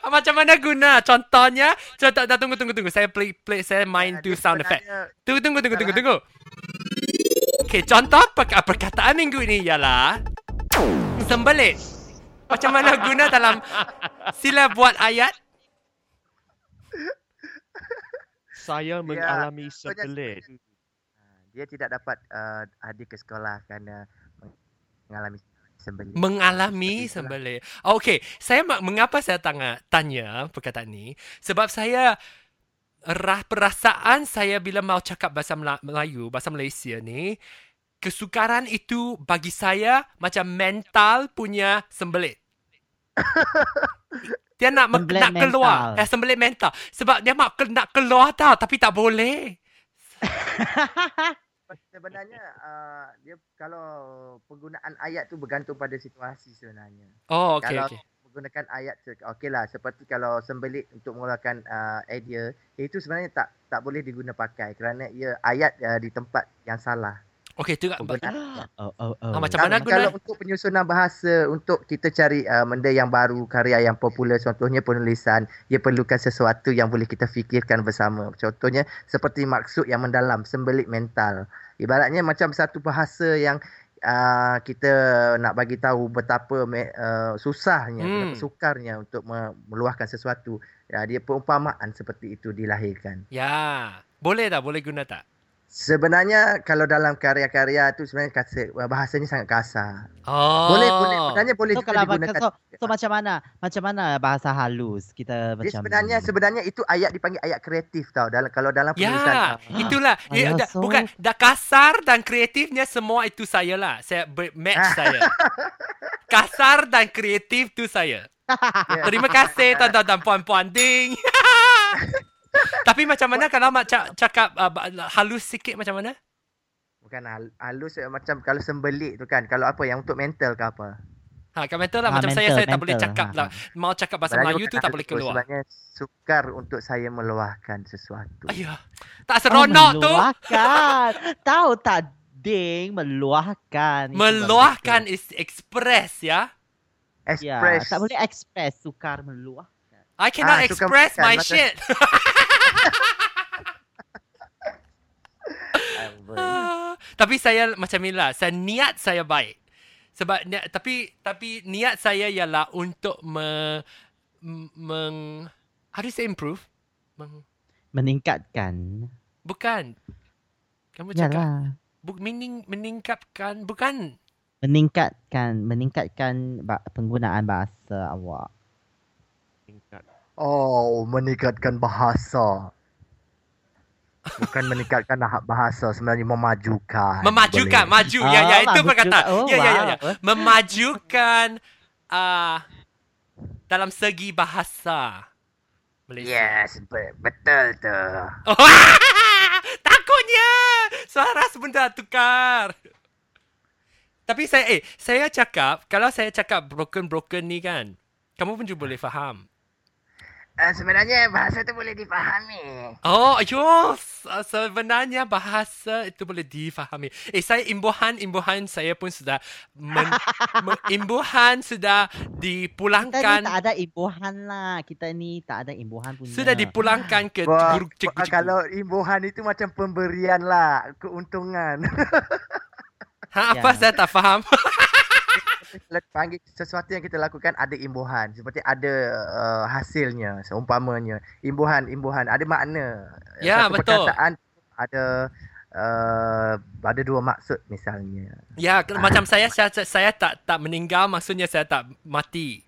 A: Ah, Macam mana guna? Contohnya, contoh dah tunggu tunggu tunggu. Saya play play saya main tu
G: Dia
A: sound effect.
G: sebenarnya-
A: Tunggu tunggu tunggu tunggu tunggu. Okay, contoh perka- perkataan minggu ini ialah sembelit. Macam mana guna dalam sila buat ayat?
D: Saya
G: Ya,
D: mengalami sembelit.
G: Ha, Dia tidak dapat uh, hadir ke sekolah kerana mengalami sembelit.
A: Mengalami
G: Seperti itulah.
A: sembelit. Okay, saya ma- mengapa saya tanya, tanya perkataan ni? Sebab saya rah, perasaan saya bila mau cakap bahasa Mela- Melayu, bahasa Malaysia ni, kesukaran itu bagi saya macam mental punya sembelit. dia nak me-
C: Sembelit
A: nak keluar,
C: mental.
A: eh sembelit mental. Sebab dia nak ke- nak keluar tau tapi tak boleh.
G: Sebenarnya uh, dia kalau penggunaan ayat tu bergantung pada situasi sebenarnya.
A: Oh, okay,
G: Kalau-
A: okay.
G: Menggunakan ayat tu okeylah seperti kalau sembelit untuk mengeluarkan uh, idea itu sebenarnya tak tak boleh diguna pakai kerana ia ayat uh, di tempat yang salah.
A: Okay, tu
G: Penggunaan
C: Oh, oh, oh.
A: Ah, macam
G: Kalau-
A: mana guna?
G: Kalau untuk penyusunan bahasa, untuk kita cari uh, benda yang baru, karya yang popular, contohnya penulisan, ia perlukan sesuatu yang boleh kita fikirkan bersama. Contohnya seperti maksud yang mendalam, sembelit mental. Ibaratnya macam satu bahasa yang uh, kita nak bagi tahu betapa me- uh, susahnya,
A: Hmm.
G: betapa sukarnya untuk me- meluahkan sesuatu. Ya, dia perumpamaan seperti itu dilahirkan.
A: Ya. Boleh tak? Boleh guna tak?
G: Sebenarnya kalau dalam karya-karya tu sebenarnya kasa, bahasanya sangat kasar.
A: Oh.
G: Boleh boleh sebenarnya boleh
C: So
G: juga
C: kalau
G: digunakan.
C: pakai so, so macam mana? Macam mana bahasa halus kita
G: Dia
C: macam
G: sebenarnya sebenarnya itu ayat dipanggil ayat kreatif tau dalam kalau dalam
A: Ya,
G: penulisan.
A: itulah.
C: Ayah,
A: Ya, dah,
C: so-
A: Bukan, dah kasar dan kreatifnya semua itu saya lah. Saya ber- match saya. Kasar dan kreatif tu saya.
G: Ya.
A: Terima kasih tuan-tuan dan puan-puan ding. Tapi macam mana kalau mak cak, cakap uh, ba- halus sikit macam mana?
G: Bukan hal- halus eh, macam kalau sembelit tu kan. Kalau apa yang untuk mental ke apa.
A: Ha, kat mental lah.
C: Ah,
A: macam saya, saya tak boleh cakap lah.
C: Oh,
A: Mau cakap bahasa
G: Sebenarnya
A: Melayu
G: bukan
A: tu tak
G: halus
A: boleh
G: pun,
A: keluar.
G: Sebenarnya sukar untuk saya meluahkan sesuatu.
A: Ayah. Tak seronok
C: Oh,
A: tu.
C: Meluahkan. Tahu tak ding meluahkan. Itu baru
A: Meluahkan is express ya.
C: betul. Ya,
G: Express.
C: tak boleh express sukar meluah.
A: I cannot
G: Ah, suka
A: express
G: makan,
A: my
G: macam-
A: shit. Ah, tapi saya macam inilah. Saya niat saya baik. Sebab ni, tapi tapi niat saya ialah untuk me, m- meng how do you say improve? Meng,
C: Meningkatkan.
A: bukan. Kamu cakap
C: Yalah.
A: bu, mening, meningkatkan bukan.
C: Meningkatkan meningkatkan ba- penggunaan bahasa awak.
D: Tingkat.
G: Oh, meningkatkan bahasa. Bukan meningkatkan tahap bahasa, sebenarnya memajukan.
A: Memajukan,
G: Boleh.
A: maju. ya, ya,
C: Ah,
A: itu
C: maju-
A: perkataan.
C: oh,
A: ya, ya, ya, ya.
C: wow.
A: Memajukan uh, dalam segi bahasa. Malaysia.
G: Yes, be- betul tu.
A: Oh, takutnya suara sebentar tukar. Tapi saya eh saya cakap kalau saya cakap broken broken ni kan, kamu pun juga boleh faham.
G: Uh, sebenarnya bahasa tu boleh difahami.
A: Oh, ayo se- sebenarnya bahasa itu boleh difahami. Eh saya imbuhan imbuhan saya pun sudah men, men, imbuhan sudah
C: Kita ni tak
A: dipulangkan
C: ada imbuhan lah. Kita ni tak ada imbuhan punya.
A: sudah dipulangkan ke
G: Wah,
A: guru cikgu. cikgu.
G: wah, Ah, kalau imbuhan itu macam pemberian lah, keuntungan.
A: ha, apa
C: Ya.
A: saya tak faham.
G: Kalau panggil sesuatu yang kita lakukan ada imbuhan, seperti ada uh, hasilnya, seumpamanya. Imbuhan, imbuhan ada makna.
A: Ya,
G: Satu
A: betul.
G: Perkataan ada uh, ada dua maksud misalnya.
A: ya, ke- macam saya saya saya tak tak meninggal maksudnya saya tak mati.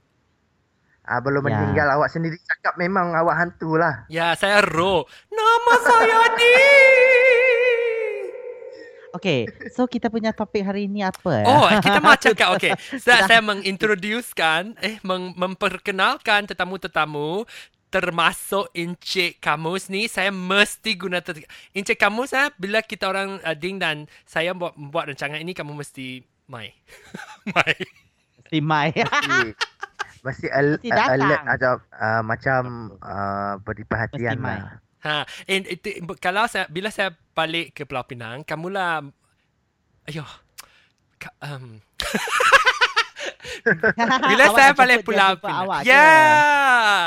G: Ah belum
C: Ya.
G: meninggal awak sendiri cakap memang awak hantu lah.
A: Ya, saya Ro. Nama saya Di.
C: Okay, so kita punya topik hari ni apa? eh?
A: Oh, kita mau cakap. Okay, saya, saya mengintroducekan, eh, mem- memperkenalkan tetamu-tetamu termasuk Encik Kamus ni saya mesti guna ter- Encik Kamus ah bila kita orang uh, ding dan saya buat buat rancangan ini kamu mesti mai. mai.
C: Timai.
G: Mesti- Mesti al-
C: Mesti datang.
G: alert atau uh, macam uh, beri
C: Mesti
G: perhatian lah.
A: Ha, and itu kalau saya bila saya balik ke Pulau Pinang, kamulah ayo ka, um, Bila saya balik Pulau Pinang. Ya. Yeah.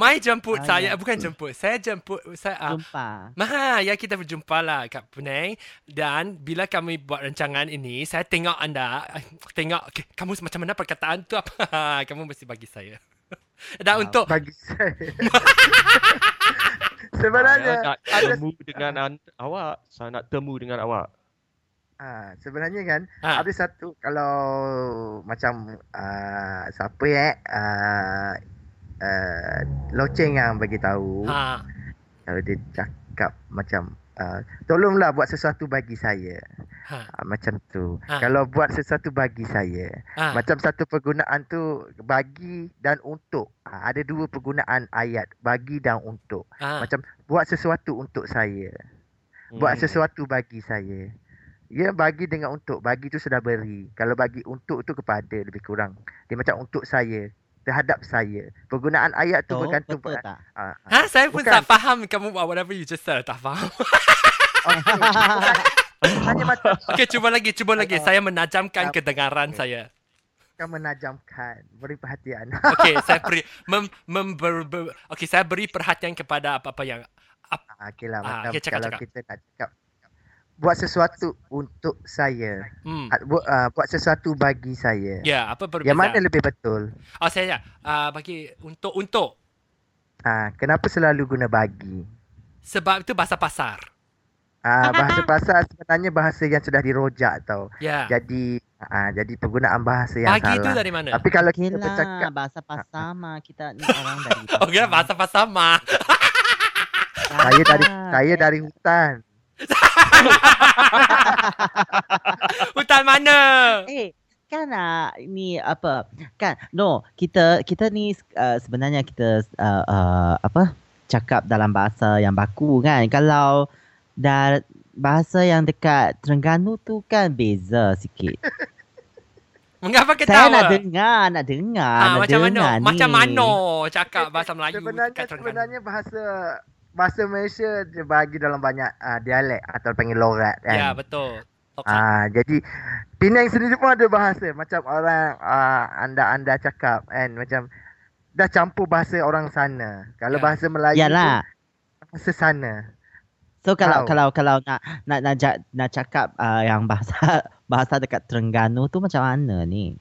A: Mai jemput
C: Ah, ya.
A: saya, bukan jemput. Saya jemput saya ah,
C: Jumpa.
A: Maha, ya kita berjumpa lah kat Penang dan bila kami buat rancangan ini, saya tengok anda, ah, tengok okay, kamu macam mana perkataan tu apa? kamu mesti bagi saya. Dan
G: Ah,
A: Ah, untuk
G: Bagi saya.
A: Ah, ya,
D: Saya nak
G: sebenarnya
D: temu dengan an- awak. Saya nak temu dengan awak.
G: ah, sebenarnya kan
A: ha,
G: ada satu kalau macam ah, siapa eh ah, ah, loceng yang bagi tahu
A: ha,
G: kalau dia cakap macam ah, tolonglah buat sesuatu bagi saya.
A: ha,
G: Ah, macam tu.
A: Ah.
G: Kalau buat sesuatu bagi saya.
A: ha.
G: Macam satu pergunaan tu bagi dan untuk. Ha, ada dua pergunaan ayat bagi dan untuk.
A: ha.
G: Macam buat sesuatu untuk saya.
D: Hmm,
G: Buat
A: Hmm.
G: sesuatu bagi saya. Ya bagi dengan untuk. Bagi tu sudah beri. Kalau bagi untuk tu kepada lebih kurang. Dia macam untuk saya. Terhadap saya. Pergunaan ayat tu
C: Betul,
A: Oh,
G: bergantung
C: betul tak?
G: ha, ha.
A: Ha, saya pun
G: Bukan.
A: tak faham kamu buat whatever you just said, tak faham.
G: Hanya macam
A: Okey, cuba lagi, cuba lagi.
G: Ah.
A: Saya menajamkan kedengaran saya.
G: akan menajamkan. Beri perhatian.
A: Okey, saya beri mem, member, ber, okey, saya beri perhatian kepada apa-apa yang
G: Ah, okay lah.
A: Ah,
G: Macam
A: okey, cakap,
G: kalau
A: cakap.
G: kita nak cakap. Buat sesuatu untuk saya.
A: hmm.
G: Ah, buat, uh, buat sesuatu bagi saya.
A: Ya, apa perbezaan?
G: Yang mana lebih betul?
A: Oh, saya uh, bagi untuk untuk
G: Ah, kenapa selalu guna bagi?
A: sebab itu bahasa pasar.
G: Ah, bahasa pasar sebenarnya bahasa yang sudah dirojak tau.
A: Ya.
G: Jadi ah, jadi penggunaan bahasa yang
A: Bagi lah. itu
G: ya, salah.
A: dari mana?
G: Tapi kalau
C: Okay
G: kita bercakap Ha, Oh,
C: lah, bahasa pasar mah. Kita ni orang dari pasar.
A: Okey, Oh, bahasa pasar mah.
G: saya dari
C: Ah,
G: saya dari hutan.
A: Hutan mana?
C: Eh, kan ah, ni apa? Kan, no, kita kita ni uh, sebenarnya kita uh, uh, apa? Cakap dalam bahasa yang baku kan. Kalau dah bahasa yang dekat Terengganu tu kan beza sikit.
A: Mengapa
C: Saya
A: ketawa?
C: nak dengar, nak dengar,
A: Ah,
C: nak
A: macam mana?
C: dengar ni.
A: Macam mana cakap bahasa Melayu
G: sebenarnya
A: kat Terengganu?
G: sebenarnya bahasa bahasa Malaysia dia bagi dalam banyak ah, dialek atau panggil lorat kan.
A: Ya, betul. Lokal.
G: Ah, jadi Penang sendiri pun ada bahasa macam orang ah, anda-anda cakap kan macam dah campur bahasa orang sana. Kalau
A: Ya.
G: bahasa Melayu
C: Yalah.
G: tu bahasa sana.
C: So kalau
G: Tahu.
C: kalau kalau nak nak nak ja- nak cakap uh, yang bahasa bahasa dekat Terengganu tu macam mana ni?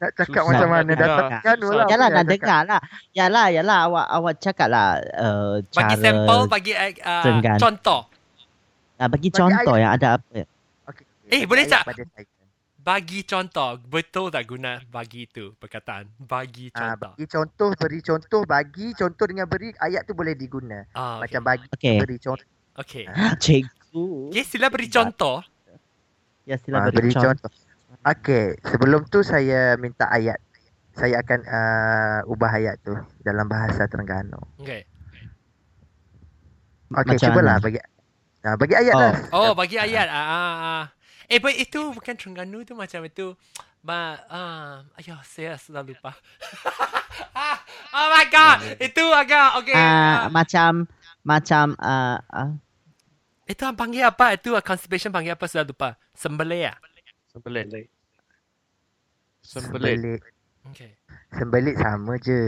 G: Nak
D: Susah
G: cakap macam
D: nak
G: mana
D: dengar.
G: datang Terengganu
D: Susah.
G: lah.
C: Yalah
G: boleh
C: nak dengar lah. Yalah yalah awak awak cakap lah uh, cara
A: Bagi sampel, bagi uh,
C: Terengganu.
A: contoh.
C: Ah, bagi
G: Bagi
C: contoh yang ada apa.
G: Okey,
A: Eh, boleh
G: ayat
A: tak?
G: pada saya.
A: bagi contoh. Betul tak guna bagi itu perkataan? Bagi
G: Ah,
A: contoh.
G: bagi contoh, beri contoh, bagi contoh dengan beri ayat tu boleh diguna.
A: Ah,
G: Macam bagi
C: Okay.
G: beri contoh.
A: okay.
C: Cikgu.
A: Okay, sila beri contoh.
C: Ya sila
G: Ah,
C: beri contoh.
G: Okey, sebelum tu saya minta ayat. Saya akan uh, ubah ayat tu dalam bahasa Terengganu.
A: Okay.
C: Macam
G: Okey, cubalah
C: mana?
G: bagi Ah, bagi ayat
C: Oh.
G: lah.
A: Oh, bagi ayat. Ah, ah, ah. Eh, but itu bukan Terengganu tu macam itu. Ma, ah, ayuh, saya sudah lupa. ah, oh my god, itu agak okay.
C: Ah,
A: ah.
C: macam macam ah ah,
A: itu yang panggil apa? Itu ah, constipation panggil apa? Sudah lupa. Sembelih ah.
D: Sembelit.
F: Sembelit.
D: Sembelit.
G: Sembelit.
A: Okay.
G: Sembelit sama je.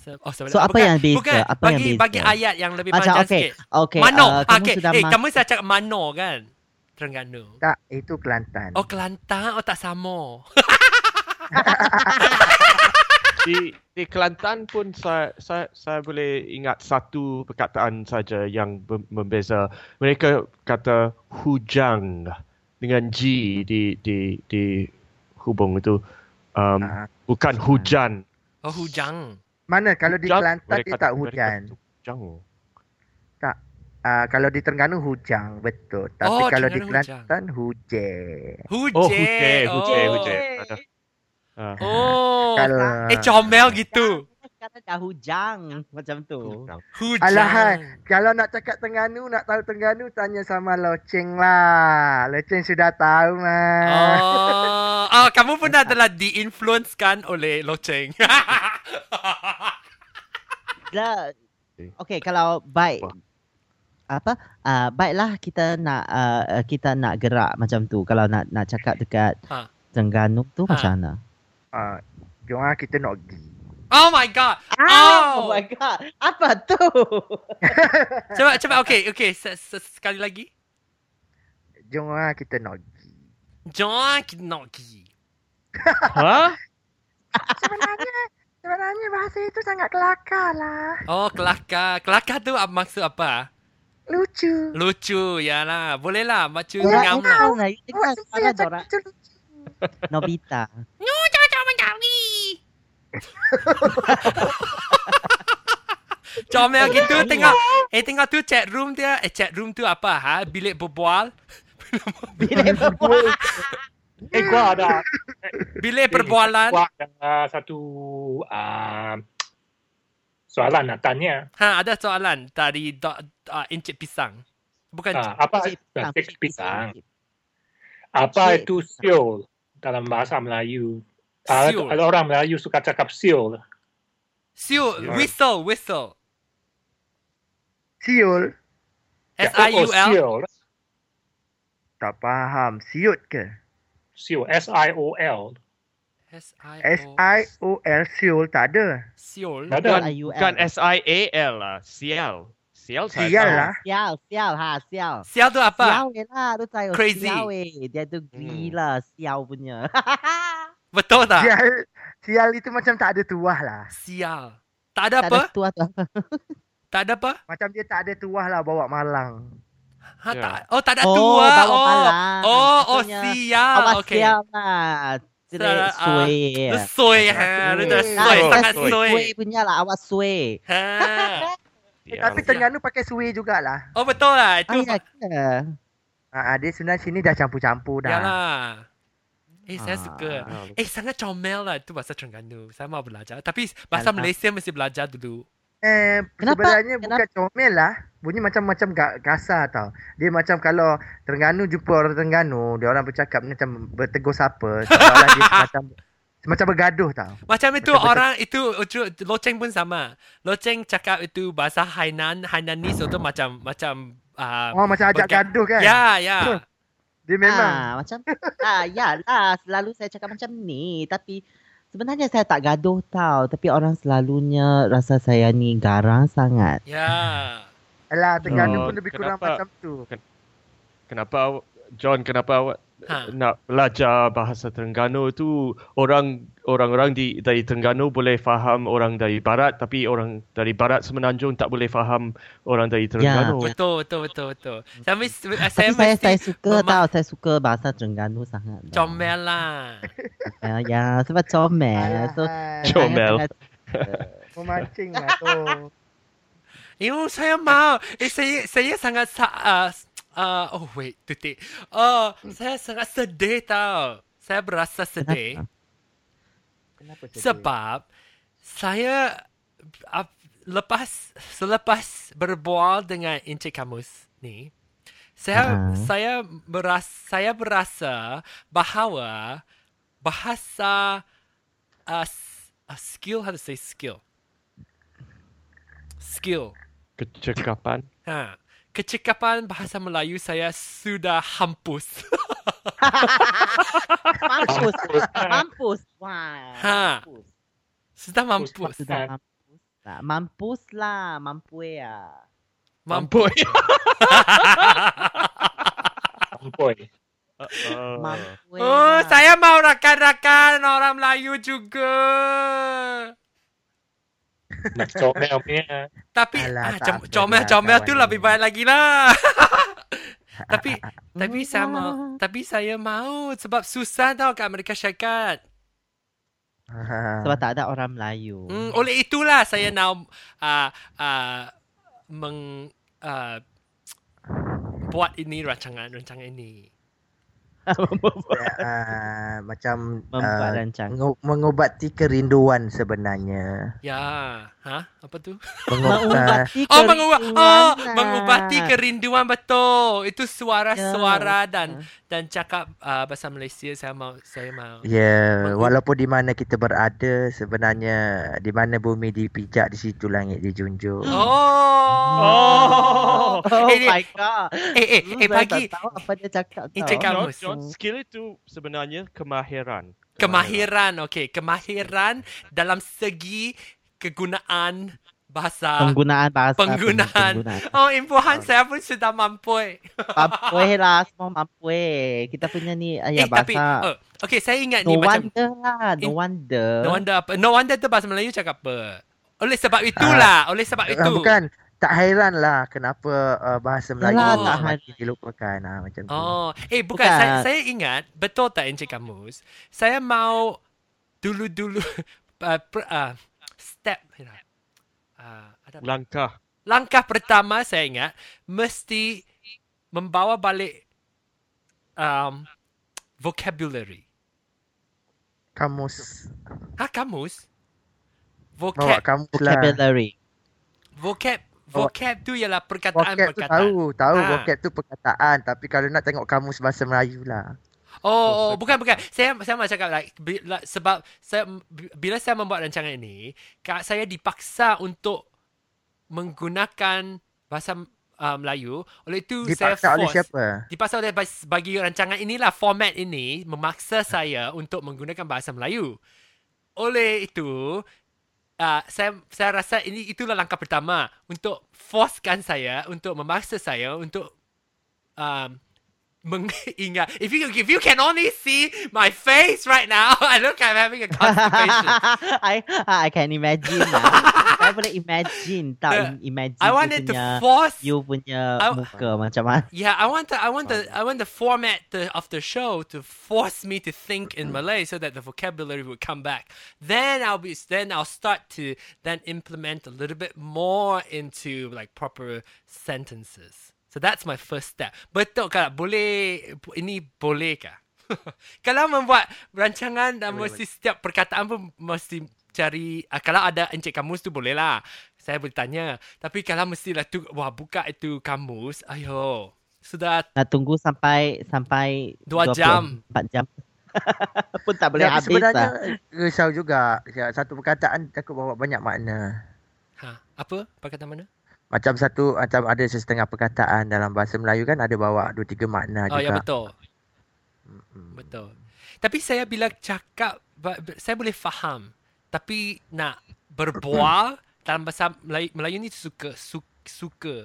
A: Se- oh, sembelih.
C: So apa
A: Bukan,
C: yang beza?
A: Bukan,
C: Apa
A: bagi,
C: yang beza?
A: bagi ayat yang lebih
C: macam
A: panjang
C: okay,
A: sikit.
C: okay.
A: mano.
C: ah,
A: Ah,
C: kamu
A: okay.
C: sudah
A: Eh,
C: ma-
A: kamu saya cakap mano kan? Terengganu.
G: Tak, itu Kelantan.
A: Oh, Kelantan. Oh, tak sama.
D: Di, di Kelantan pun saya, saya saya boleh ingat satu perkataan saja yang be- membeza. Mereka kata hujang dengan G di di di hubung itu. Um,
G: Ah,
D: bukan hujan.
A: Oh, hujang.
G: Mana kalau di
D: Hujang,
G: Kelantan dia
D: mereka-
G: tak
D: mereka
G: hujan.
D: tu Hujang.
G: Ah, kalau di Terengganu hujang, betul. Tapi
A: Oh,
G: kalau di
A: Terengganu hujang.
G: Kelantan hujan.
A: Hujang.
D: Oh, hujang, hujang,
A: Oh.
D: hujang. Ada. Ah,
A: Oh.
G: Kalau
A: Eh, comel gitu.
C: kata dah hujang macam tu.
D: hujang.
A: Hujang.
G: Alahan. kalau nak cakap Terengganu, nak tahu Terengganu tanya sama Loceng lah. Loceng sudah tahu mah.
C: Ah.
A: Oh, oh kamu pun dah telah diinfluenskan oleh loceng.
C: Dah. Okay, Lah, kalau baik apa uh, baiklah kita nak uh, kita nak gerak macam tu kalau nak nak cakap dekat
A: Ha.
C: Terengganu tu
A: Ha.
C: macam mana?
D: Oh.
G: Ah, jom ah, kita nak pergi.
A: oh my god.
C: Ah,
A: Oh.
C: oh my god. Apa tu?
A: Coba coba okay, okay, se- se- sekali lagi.
G: Jom ah, kita nak pergi.
A: John Kinoki.
D: Hah?
G: Sebenarnya, sebenarnya bahasa itu sangat kelakar lah.
A: Oh, kelakar. Kelakar tu apa maksud apa?
G: Lucu.
A: Lucu, ya lah. Boleh lah, macam
C: Orang
A: ngam.
C: orang lagi
G: Awak
C: dengar
G: suka
C: suara
G: cakap
C: orang
G: itu lucu.
C: Nobita.
A: Nu, jangan jangan mencari. Comel gitu tengok Eh tengok tu chat room dia Eh chat room tu apa ha Bilik berbual
C: Bila
F: Eh, gua ada
A: Hmm. Bilik perbualan
F: Gua ada ah, satu ah, soalan nak tanya.
A: Ha, ada soalan dari do, uh, Encik Pisang. Bukan Encik.
F: Ah, apa ah, cik pisang? Apa
C: Cik
F: itu siul dalam bahasa Melayu? Ah,
A: Siul.
F: Kalau orang Melayu suka cakap siul.
A: Siu, whistle, whistle.
G: Siul.
A: S-I-U-L.
F: Ya, oh, Siul.
G: Tak faham. Siut
D: Oh.
G: ke?
F: Siul. S-I-O-L.
A: S-I-O.
G: S-I-O-L. Siul tak ada.
A: Siul.
F: Tak
D: Bukan,
F: ada.
C: IUL.
D: bukan S-I-A-L lah. Sial. Sial saya
G: Sial
D: tahu.
G: lah.
C: Sial, sial, ha, sial.
A: Sial tu apa?
C: Sial weh lah, tu tahu.
A: Crazy.
C: Sial weh. Dia tu gila
F: Hmm.
C: sial punya.
A: Betul tak?
G: Sial. Sial itu macam tak ada tuah lah.
A: Sial. Tak ada
C: tak
A: apa?
C: ada tua tu apa.
A: Tak ada apa?
G: Macam dia tak ada tuah lah bawa malang.
A: Ha,
D: Ya.
A: tak. Oh, tak ada
C: Oh,
A: tua.
C: bawa
A: Oh,
C: malang.
A: oh, oh
C: Maksudnya,
A: sial.
C: Awak
A: Okay.
C: sial lah. Jelek,
A: Salah, ah.
C: suai.
A: Lu soy, ha. Lu dah
C: Ah,
A: soy.
C: awak
A: Sangat
D: soy.
A: soy.
C: punya lah, awak suai.
A: Ha.
D: Sial.
G: Tapi Terengganu pakai suwe jugalah.
A: Oh, betul lah.
C: Ah,
A: Itu.
C: ya ke?
G: Ha, dia sebenarnya sini dah campur-campur dah.
A: Yalah. ya lah. Eh, saya suka.
D: Ah,
A: Eh sangat comel lah tu bahasa Terengganu. Saya mau belajar. Tapi
C: Ya
A: bahasa
C: Alah.
A: Malaysia mesti belajar dulu.
G: Eh,
C: Kenapa?
G: sebenarnya
C: Kenapa?
G: bukan comel lah. Bunyi macam-macam ga- kasar tau. Dia macam kalau Terengganu jumpa orang Terengganu, dia orang bercakap macam bertegur sapa. Seolah-olah dia macam macam bergaduh tau.
A: Macam itu
G: Macam-
A: orang itu ucu- loceng pun sama. Loceng cakap itu bahasa Hainan, Hainanese itu macam macam ah
G: Oh, macam ajak
A: Berga-
G: gaduh kan?
A: ya ya.
G: Dia memang.
C: Ah, macam ah, ya lah. Selalu saya cakap macam ni. Tapi sebenarnya saya tak gaduh tau. Tapi orang selalunya rasa saya ni garang sangat.
A: Ya.
C: Ah.
G: Alah,
D: Oh,
G: Terengganu pun lebih kurang
D: kenapa?
G: macam tu.
D: Kenapa awak, John, kenapa awak
A: Ha.
D: nak belajar bahasa Terengganu tu orang orang-orang di dari Terengganu boleh faham orang dari barat tapi orang dari barat semenanjung tak boleh faham orang dari Terengganu.
A: Betul, betul, betul, betul. Oh, ya. Tapi s- saya
C: Tapi saya
A: mesti
C: saya suka
A: mema-
C: tau, saya suka bahasa Terengganu sangat. tau.
A: comel lah.
C: Ya, ya sebab
G: Ah.
C: comel. So
D: Comel.
C: sangat-
G: Memancing lah tu.
A: Yo, saya mau. Eh, saya, saya sangat sa, uh, uh, oh wait, tutik. Oh, saya sangat sedih tau. Saya berasa sedih
G: Kenapa sedih?
A: sebab saya uh, lepas selepas berbual dengan Encik Kamus ni, saya
C: Ah.
A: saya beras saya berasa bahawa bahasa uh, s- uh, skill how to say skill skill
G: Ya.
D: Kecekapan.
A: Ha. Kecekapan bahasa Melayu saya sudah hampus.
C: Mampus. Mampus. Wah.
A: Ha.
C: Mampus.
A: Sudah mampus.
C: Sudah mampus. Lah.
F: Ah,
C: Mampus lah. Mampus ya.
A: Mampus.
F: Ampun.
D: Uh,
C: Mampus.
A: Oh,
G: ha.
C: lah.
A: saya mau rakan-rakan orang Melayu juga.
F: Nak comel punya.
A: Tapi ah,
G: Alah, tak
A: com-
G: apa lah,
A: comel-comel tu
G: kawan
A: lebih
G: ni.
A: baik lagi lah. tapi tapi saya mau tapi saya mau sebab susah tau kat Amerika Syarikat.
G: Ah,
C: Sebab tak ada orang Melayu.
A: Hmm,
G: Oh.
A: oleh itulah saya nak uh, uh, meng uh, buat ini rancangan-rancangan ini.
G: Ah, macam
C: Membuat
G: ah,
C: rancang.
G: mengu- mengubati kerinduan sebenarnya.
A: Ya, ha? Apa tu?
G: Mengubah
A: Oh, mengubah. Oh, mengubati
C: lah.
A: kerinduan betul. Itu
C: Ya.
A: suara-suara dan dan cakap uh, bahasa Malaysia saya mau saya mau.
G: Ya, yeah, walaupun di mana kita berada sebenarnya di mana bumi dipijak di situ langit dijunjung.
A: Oh.
C: Oh
A: eh,
C: my god.
A: eh, eh, eh, pagi
C: Saya
A: Eh,
C: tak tahu apa dia cakap tau.
A: Encik Kam-
D: John,
A: Kamus.
D: John, skill itu sebenarnya kemahiran.
A: kemahiran, okey, kemahiran dalam segi kegunaan bahasa.
C: Penggunaan bahasa.
A: Penggunaan. Oh, impuhan saya pun sudah mampu. eh.
C: Mampus lah. Semua mampus. Kita punya ni ayah
A: eh, tapi,
C: Ya, bahasa.
A: oh, okey, saya ingat ni
C: No
A: macam Eh,
C: wonder lah. No wonder.
A: No wonder apa? No wonder tu bahasa Melayu cakap apa? Oleh sebab
C: Ah.
A: itulah, oleh sebab
C: Eh,
A: itu.
G: Ah, bukan tak hairan lah kenapa uh, bahasa Melayu
C: Yalah,
A: Lah, tak
G: mati dilupakan ah, macam tu.
A: Oh, eh bukan,
C: Bukan.
A: Saya, saya ingat betul tak Encik Kamus? Saya mau dulu-dulu uh, per, uh, step you know, uh, ada
D: Langkah.
A: langkah pertama saya ingat mesti membawa balik um, vocabulary.
G: Kamus
A: Ha kamus?
G: bawa
A: Vocab
G: kamus lah.
C: Vocabulary.
A: vocab
G: Bawa-
A: vocab tu ialah
G: Vocab tu
A: perkataan-perkataan.
G: tahu, tahu
A: Ah.
G: vocab tu perkataan tapi kalau nak tengok kamus bahasa Melayu lah.
A: Oh, oh bukan bukan. Saya saya nak cakap like bila, sebab saya bila saya membuat rancangan ini, ka- saya dipaksa untuk menggunakan bahasa uh, Melayu. Oleh itu saya
G: Dipaksa
A: force.
G: oleh siapa?
A: Dipaksa oleh bas- bagi rancangan inilah format ini memaksa saya untuk menggunakan bahasa Melayu. Oleh itu, uh, saya saya rasa ini itulah langkah pertama untuk forcekan saya untuk memaksa saya untuk um, mengingat. If you if you can only see my face right now, I look I'm having a constipation.
C: I I can imagine lah. Saya boleh imagine tau
A: The-
C: imagine
A: Eh, I
C: you
A: wanted to
C: punya
A: force
C: you punya
A: I-
C: muka macam mana.
A: Yeah, I want the I want the I want the format the, of the show to force me to think in Malay so that the vocabulary would come back. Then I'll be then I'll start to then implement a little bit more into like proper sentences. So that's my first step. Betul tak boleh ini boleh kah? kalau membuat rancangan dan mesti setiap perkataan pun mesti cari ah, kalau ada encik kamus tu boleh lah. Saya boleh tanya. Tapi kalau mestilah tu wah buka itu kamus, ayo. Sudah
C: Nak tunggu sampai sampai
A: Dua jam.
C: 4 jam. Pun tak boleh
G: Tapi
C: habis
G: Ya, sebenarnya
C: lah.
G: risau juga. Ya, Satu perkataan takut bawa banyak makna.
A: ha, apa perkataan mana?
G: Macam satu macam ada setengah perkataan dalam bahasa Melayu kan ada bawa dua tiga makna
A: Oh
G: juga.
A: ya betul. Betul. Tapi saya bila cakap ba- ba- saya boleh faham. Tapi nak berbual dalam bahasa Melayu, Melayu ni suka suka suka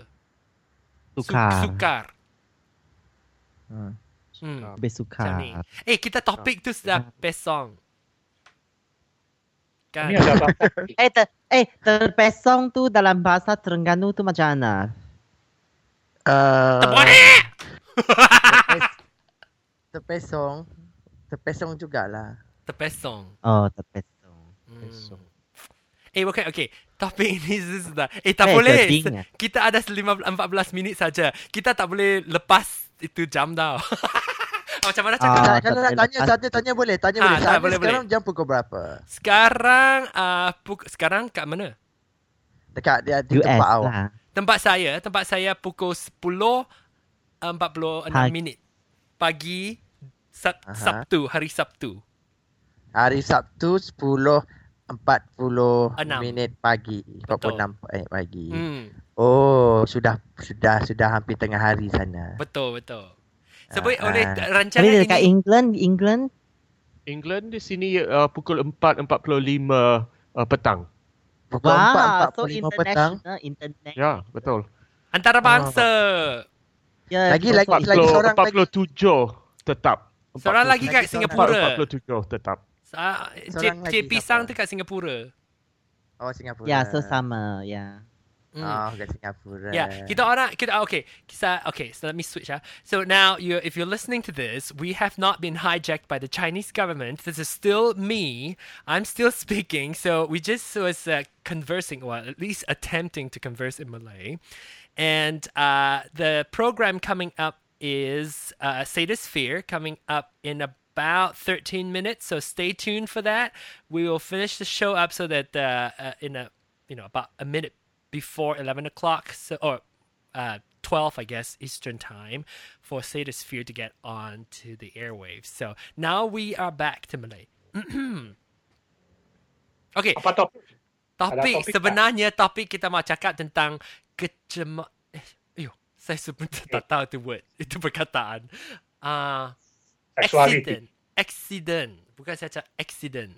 C: Sukar.
A: sukar.
G: Hmm.
A: Hmm.
D: Um,
C: Lebih
A: Macam
C: sukar.
A: ni. Eh, kita topik tu sudah best song. Kan?
F: Ini ada apa?
C: Eh, ter, eh terpesong tu dalam bahasa Terengganu tu macam mana?
G: Uh,
A: Terboleh!
G: terpes- terpesong. Terpesong jugalah.
A: Terpesong.
C: Oh, terpesong.
A: Hmm.
D: Terpesong.
A: Eh, bukan. Okay. Topik ni sudah. Eh, tak
C: Eh,
A: boleh.
C: sedih
A: Se-
C: lah.
A: Kita ada 15 14 minit saja. Kita tak boleh lepas itu jam tau. Macam mana cakap?
C: Ah,
G: Tak, kalau nak
C: tak-
G: tanya,
C: tak-
G: tanya, tanya boleh. Tanya
A: Ah,
G: boleh.
A: tak,
G: Saat ni
A: boleh,
G: sekarang jam pukul berapa?
A: Sekarang, uh, puk- sekarang kat mana?
G: Dekat dia di
C: US
G: tempat awak.
C: lah.
A: Tempat saya, tempat saya pukul 10 46
C: Pagi.
A: minit. Pagi Sab-
G: Aha.
A: Sabtu, hari Sabtu.
G: Hari Sabtu 10 40
A: Enam.
G: minit pagi.
A: Betul.
G: 46 eh, pagi.
A: Hmm,
G: Oh, sudah sudah sudah hampir tengah hari sana.
A: betul betul. Sebab
G: Ah,
A: oleh
G: ah.
A: rancangan
C: Tapi
A: ini
C: dekat England, di England,
D: England di sini uh, pukul 4.45 uh, petang.
G: Pukul
C: wah,
G: 4.45
C: so
G: petang.
C: international,
D: Ya,
C: international.
D: yeah, betul.
A: antarabangsa.
C: Yeah,
G: Lagi, Oh, lagi, lagi,
D: 40,
G: seorang lagi.
D: 47 tetap.
G: Oh,
A: Seorang lagi kat
G: Lagi
A: Singapura.
D: 47 tetap.
A: Sa- Cik,
G: Seorang lagi
A: Cik
G: siapa?
A: Pisang tu kat Singapura.
G: Oh, Singapura.
C: Ya, yeah, so sama, ya.
A: Hmm.
G: Oh, kat Singapura.
A: Yeah, Ya, kita orang kita ah, okay. Kita, okay, so let me switch. Ah, So now you if you're listening to this, we have not been hijacked by the Chinese government. This is still me. I'm still speaking. So we just was uh, conversing, well, at least attempting to converse in Malay. And uh, the program coming up is uh, Sadist Fear coming up in about 13 minutes. So stay tuned for that. We will finish the show up so that uh, uh, in a you know about a minute before 11 o'clock so, or uh, 12 i guess eastern time for sadist fear to get on to the airwaves so now we are back to malay okay
F: Apa topik?
A: topik,
F: topik tak?
A: sebenarnya topik kita mau cakap tentang kecema eh, ayuh, saya sebenarnya tak tahu tu word itu perkataan ah
F: Sexuality.
A: accident accident bukan saya cakap accident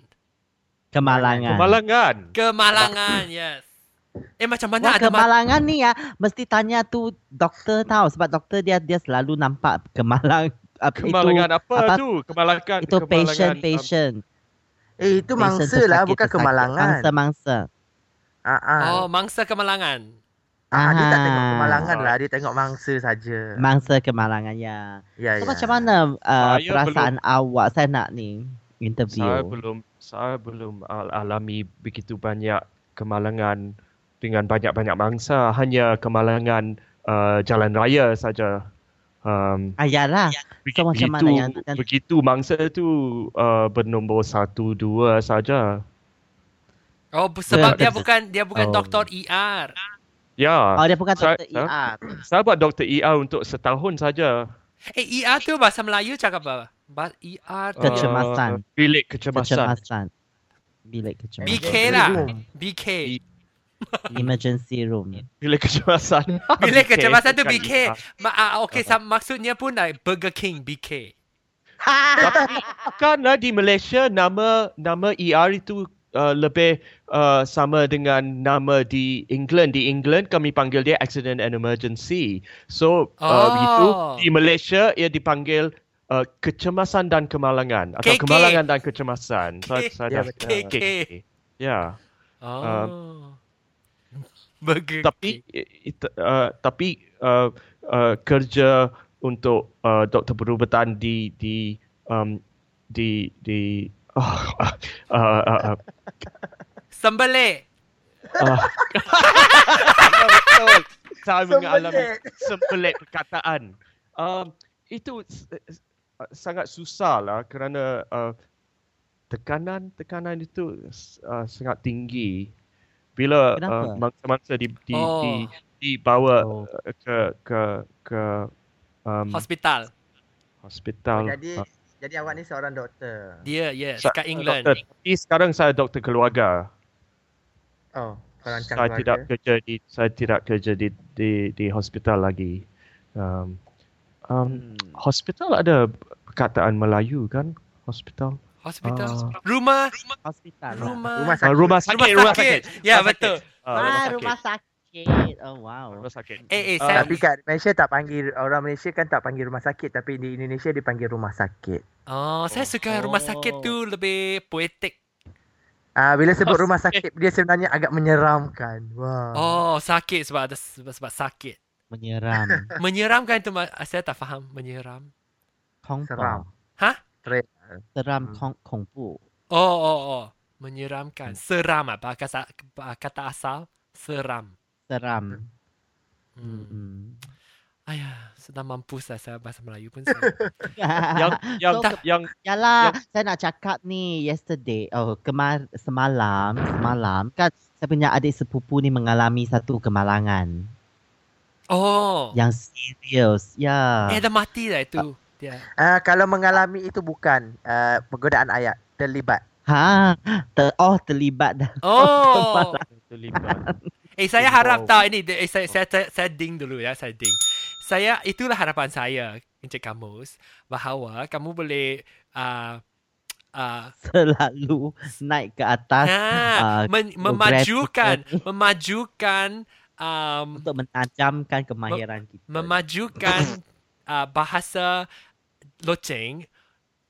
C: Kemalangan.
D: Kemalangan.
A: kemalangan yes eh macam mana
C: Wah,
A: ada ma-
C: kemalangan ni ya, mesti tanya tu doktor tau sebab doktor dia dia selalu nampak kemalang apa
D: Kemalangan
C: itu
D: apa,
C: apa-
D: tu? Kemalangan.
C: itu
D: kemalangan,
C: patient
D: um,
C: patient.
G: Eh, itu mangsa lah, bukan kemalangan.
C: Mangsa mangsa.
G: Ah, ah.
A: oh mangsa kemalangan
G: Ah, dia tak tengok
C: Ah.
G: kemalangan lah, dia tengok mangsa saja.
C: Mangsa kemalangan ya.
G: ya,
C: So
G: ya.
C: macam mana uh,
D: Saya
C: perasaan awak saya nak ni interview?
D: Saya belum saya belum al- alami begitu banyak kemalangan dengan banyak-banyak mangsa, hanya kemalangan uh, jalan raya saja. Um,
C: Ah, yalah. So, macam mana
D: begitu,
C: yang- yang-
D: begitu mangsa itu uh, bernombor satu dua saja.
A: Oh, bu- sebab dia
D: Yeah.
A: bukan dia bukan
D: Oh.
A: doktor ER.
D: Ya,
C: Oh, dia bukan
D: Saya-
C: doktor
D: saya-
C: ER.
D: saya buat doktor ER untuk setahun saja.
A: Eh, ER tu bahasa Melayu cakap apa? Bahasa ER tu
C: Kecemasan.
A: dia-
D: Uh, bilik kecemasan.
C: Kecemasan. Bilik kecemasan.
A: BK lah. BK.
C: Emergency room.
D: Bilik kecemasan.
A: Bilik kecemasan tu
D: bukan
A: BK.
F: E
D: ER.
A: Ma- ah, okay, sam- maksudnya pun like Burger King BK.
D: Karena di Malaysia nama nama ER itu uh, lebih uh, sama dengan nama di England. Di England kami panggil dia accident and emergency. So uh,
A: Oh.
D: begitu di Malaysia ia dipanggil uh, kecemasan dan kemalangan atau
A: KK.
D: kemalangan dan kecemasan. Saya
A: K-
D: saya
G: Ya,
D: dah
G: betul.
D: uh,
A: KK.
D: Ya.
A: Oh.
D: Um,
A: Burger
D: Tapi
A: King.
D: i- i- uh, tapi uh, uh, kerja untuk uh, doktor perubatan di di um, di di oh, uh, uh, uh, uh,
A: Sembelih.
D: Ah. Betul. Saya
G: Sembelit.
D: mengalami sembelit perkataan. Um, itu s- s- sangat susah lah kerana uh, tekanan tekanan itu uh, sangat tinggi. Bila uh,
C: Kenapa?
D: mangsa-mangsa di di,
A: Oh.
D: di dibawa
C: Oh.
D: uh, ke ke ke um,
A: Hospital.
C: Oh.
D: hospital.
G: Jadi
D: Uh,
G: jadi awak ni seorang doktor.
A: Dia, yes.
D: saya
A: Kat England.
D: Doktor, tapi sekarang saya doktor keluarga.
G: Oh, perancang
D: saya tidak kerja di saya tidak kerja di di, di hospital lagi. Um, um, hospital ada perkataan Melayu kan? Hospital.
A: Hospital.
D: Ah.
A: Rumah.
C: Hospital. lah.
A: Rumah.
G: Rumah
D: Uh,
G: sakit.
D: rumah
A: Rumah
D: sakit, rumah sakit.
A: Ya, betul.
D: Uh,
C: Ah, rumah sakit. sakit. Oh wow.
D: Rumah sakit.
A: Eh, eh,
D: Ah,
A: Sam.
G: Tapi kat Malaysia tak panggil orang Malaysia kan tak panggil rumah sakit tapi di Indonesia dia panggil rumah sakit.
A: Oh, saya suka rumah sakit tu lebih poetik.
G: Ah bila sebut
D: Oh,
G: rumah
D: sakit.
G: sakit dia sebenarnya agak menyeramkan.
D: Ah.
G: Wah.
A: Oh, sakit sebab ada sebab, sebab sakit.
C: Menyeram.
A: Menyeramkan tu ma- saya tak faham menyeram.
C: Kong
G: Seram.
C: Seram.
A: Hah?
C: Seram
G: Hmm.
C: kong kong bu.
A: Oh, oh, oh. Menyeramkan. Seram apa kata, kata asal? Seram.
C: Seram.
A: Hmm.
C: Hmm.
A: Ayah, sudah mampus lah saya bahasa Melayu pun saya.
D: Yang yang
C: So, ke-
D: yang
A: Ya.
C: Yalah, saya nak cakap ni yesterday. Oh, kemar semalam, semalam kan saya punya adik sepupu ni mengalami satu kemalangan
A: Oh.
C: yang serius. Ya.
A: Eh, dah mati lah itu. Dia.
G: Ah kalau mengalami itu bukan ah, pergodaan ayat, terlibat.
C: Ha, ter, oh terlibat dah.
A: Oh.
D: terlibat.
A: Eh saya harap
D: Wow.
A: tahu ini eh, saya, saya, saya saya ding dulu ya saya ding. Saya itulah harapan saya Encik Kamus bahawa kamu boleh uh, uh,
C: Selalu naik ke atas ah,
A: ha, men-
C: geografi-
A: memajukan memajukan um,
C: untuk menajamkan kemahiran kita.
A: memajukan uh, bahasa loceng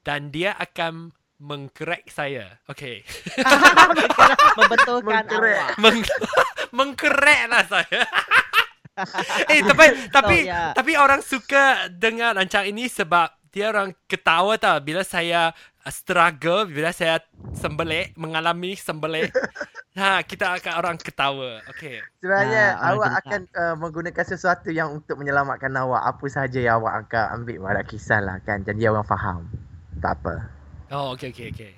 A: dan dia akan mengkorek saya. Okay.
C: Membetulkan
G: Mengkerek.
C: awak.
A: Meng- mengkerek lah saya. eh tapi tapi
C: So, yeah.
A: tapi orang suka dengar rancang ini sebab dia orang ketawa tau bila saya uh, struggle bila saya sembelih mengalami sembelih. ha kita akan orang ketawa. Okay.
G: Sebenarnya
C: Ah, orang
G: awak
C: terlibat.
G: akan ah, menggunakan sesuatu yang untuk menyelamatkan awak. Apa sahaja yang awak akan ambil malah kisahlah kan. Jadi orang faham. Tak apa.
A: Oh okay okay okay.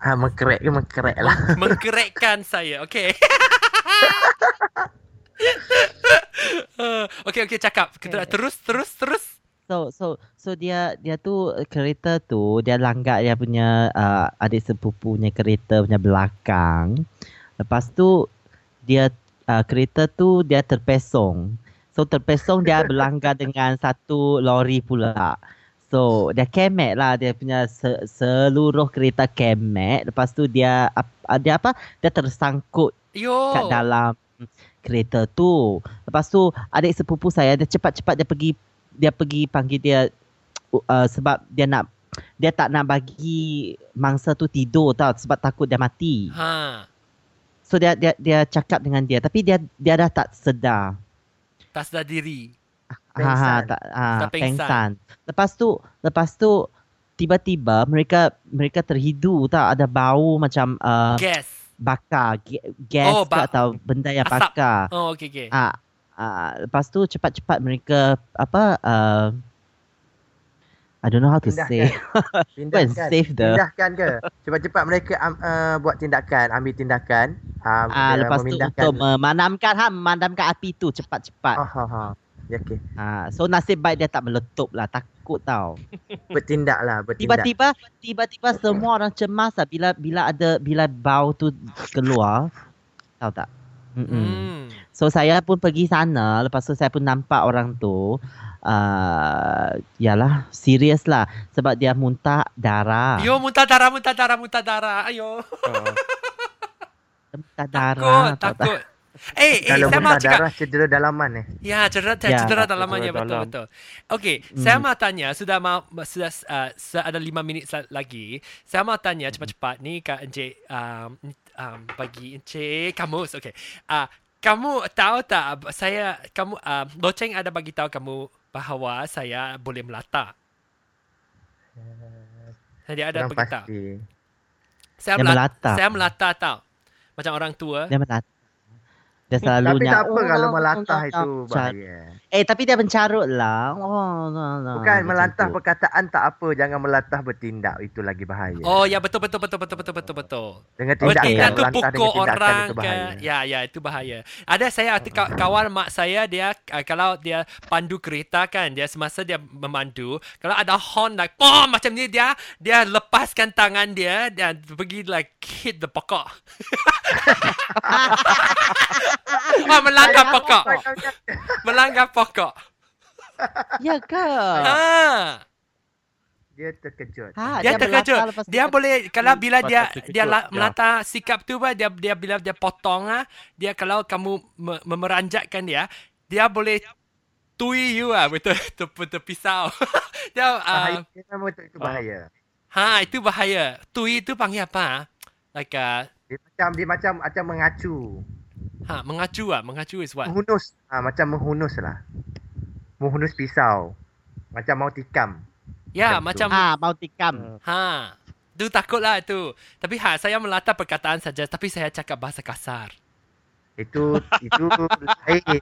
G: Ha mengkerek ke mengkerek lah.
A: Mengkerekkan saya. Okay. Uh, okay okay cakap. Kita terus terus terus.
C: So so so dia dia tu eh, kereta tu dia langgar dia punya uh, adik sepupunya kereta punya belakang. Lepas tu dia uh, kereta tu dia terpesong. So terpesong dia berlanggar dengan satu lori pula. So dia kemek lah dia punya se- seluruh kereta kemek. Lepas tu dia ap- dia apa? Dia tersangkut
A: Yo.
C: kat dalam kereta tu. Lepas tu adik sepupu saya dia cepat-cepat dia pergi dia pergi panggil dia uh, sebab dia nak dia tak nak bagi mangsa tu tidur tau sebab takut dia mati.
A: Ha.
C: So dia dia dia cakap dengan dia tapi dia dia dah tak sedar.
A: Tak sedar diri.
C: Ha ha
G: Pengsan.
C: tak ha,
A: Dah pengsan.
C: pengsan. Lepas tu lepas tu tiba-tiba mereka mereka terhidu tau ada bau macam uh,
A: Guess.
C: bakar ge- gas oh,
A: Oh, ba-
C: atau benda yang
A: asap.
C: bakar.
A: Oh okay okay.
C: Ah, ah, lepas tu cepat-cepat mereka apa uh, I don't know how to say. Go and
G: Pindahkan.
C: save the
G: Pindahkan ke? Cepat-cepat mereka um, uh, buat tindakan, ambil tindakan. Um,
C: ah lepas tu untuk memadamkan ha memadamkan api tu cepat-cepat.
G: Ha ha ha. Ya, okey.
C: Ah so nasib baik dia tak meletup lah takut tau.
G: Bertindaklah, bertindak.
C: Tiba-tiba tiba-tiba semua orang cemas lah bila bila ada bila bau tu keluar. Tahu tak? Mm-mm.
A: Hmm.
C: So saya pun pergi sana, lepas tu saya pun nampak orang tu uh, yalah serius lah sebab dia muntah darah.
A: Yo muntah darah, muntah darah, muntah darah. Ayo.
D: Ah,
C: Dia muntah
A: Takut,
C: darah. tau tak?
A: takut. Eh, eh,
G: Kalau
A: saya mau
G: muntah
A: cakap.
G: darah cedera dalaman eh.
A: Ya, cedera,
C: Ya,
A: cedera dalaman. Ya,
D: cedera
A: betul,
D: dalam.
A: betul. Okey, saya
C: Mm.
A: mau tanya. Sudah mau, sudah uh, sudah ada lima minit sa- lagi. Saya mau
C: Hmm.
A: tanya cepat-cepat ni Kak Encik, um, um, bagi Encik Kamus. Okey. Uh, kamu tahu tak saya, kamu, uh, Loceng ada bagi tahu kamu bahawa saya boleh melata. Dia ada
G: Orang
A: bagi tahu.
G: pasti.
A: Saya
C: Dia
A: melata.
C: melata.
A: Saya melata tau. Macam orang tua.
C: Dia melata. Dia selalunya.
G: Tapi tak apa
C: "Oh,
G: kalau
C: no, no,
G: melantah
C: no,
G: itu
C: no."
G: bahaya.
C: Eh tapi dia mencarut lah. Oh, no, no,
G: Bukan
C: macam
G: melantah
C: tu.
G: perkataan tak apa, jangan melantah bertindak itu lagi bahaya.
A: Oh ya betul betul betul betul betul betul betul.
G: Dengan
C: Okey.
G: tindakan,
C: Tindakan
A: Bertindak tu
G: melantah
A: pukul
G: dengan tindakan
A: orang
G: kan, itu
A: ke.
G: bahaya.
A: Ya ya itu bahaya. Ada saya tu ka- kawan mak saya dia uh, kalau dia pandu kereta kan dia semasa dia memandu kalau ada horn like pom macam ni dia dia lepaskan tangan dia dan pergi like hit the pokok. Wah Ah, melanggar pokok. Melanggar pokok.
G: Ah.
C: Ya ke?
A: Ah.
G: Dia terkejut.
C: Ha,
A: Dia, terkejut.
C: melata lepas tu
A: Dia
C: kata-
A: boleh kalau bila
D: patut
A: dia
D: terkejut,
A: dia la,
D: ya.
A: melata sikap tu bah, dia dia bila dia potong ah, dia kalau kamu me, memeranjatkan dia, ah, dia boleh tui you ah betul tu tu pisau. dia uh,
G: Bahaya. Dia memang betul itu bahaya.
A: ha itu bahaya. Tui tu panggil apa? ah? Like uh,
G: Dia macam dia macam macam mengacu.
A: ha mengacu ah, mengacu is what?
G: Menghunus. Ha, macam menghunus lah. Menghunus pisau. Macam mau tikam.
A: Ya, macam
G: Macam
C: Ah, mau tikam.
G: Hmm,
A: ha. Tu takutlah itu. Tapi ha saya melata perkataan saja tapi saya cakap bahasa kasar.
G: Itu itu lain.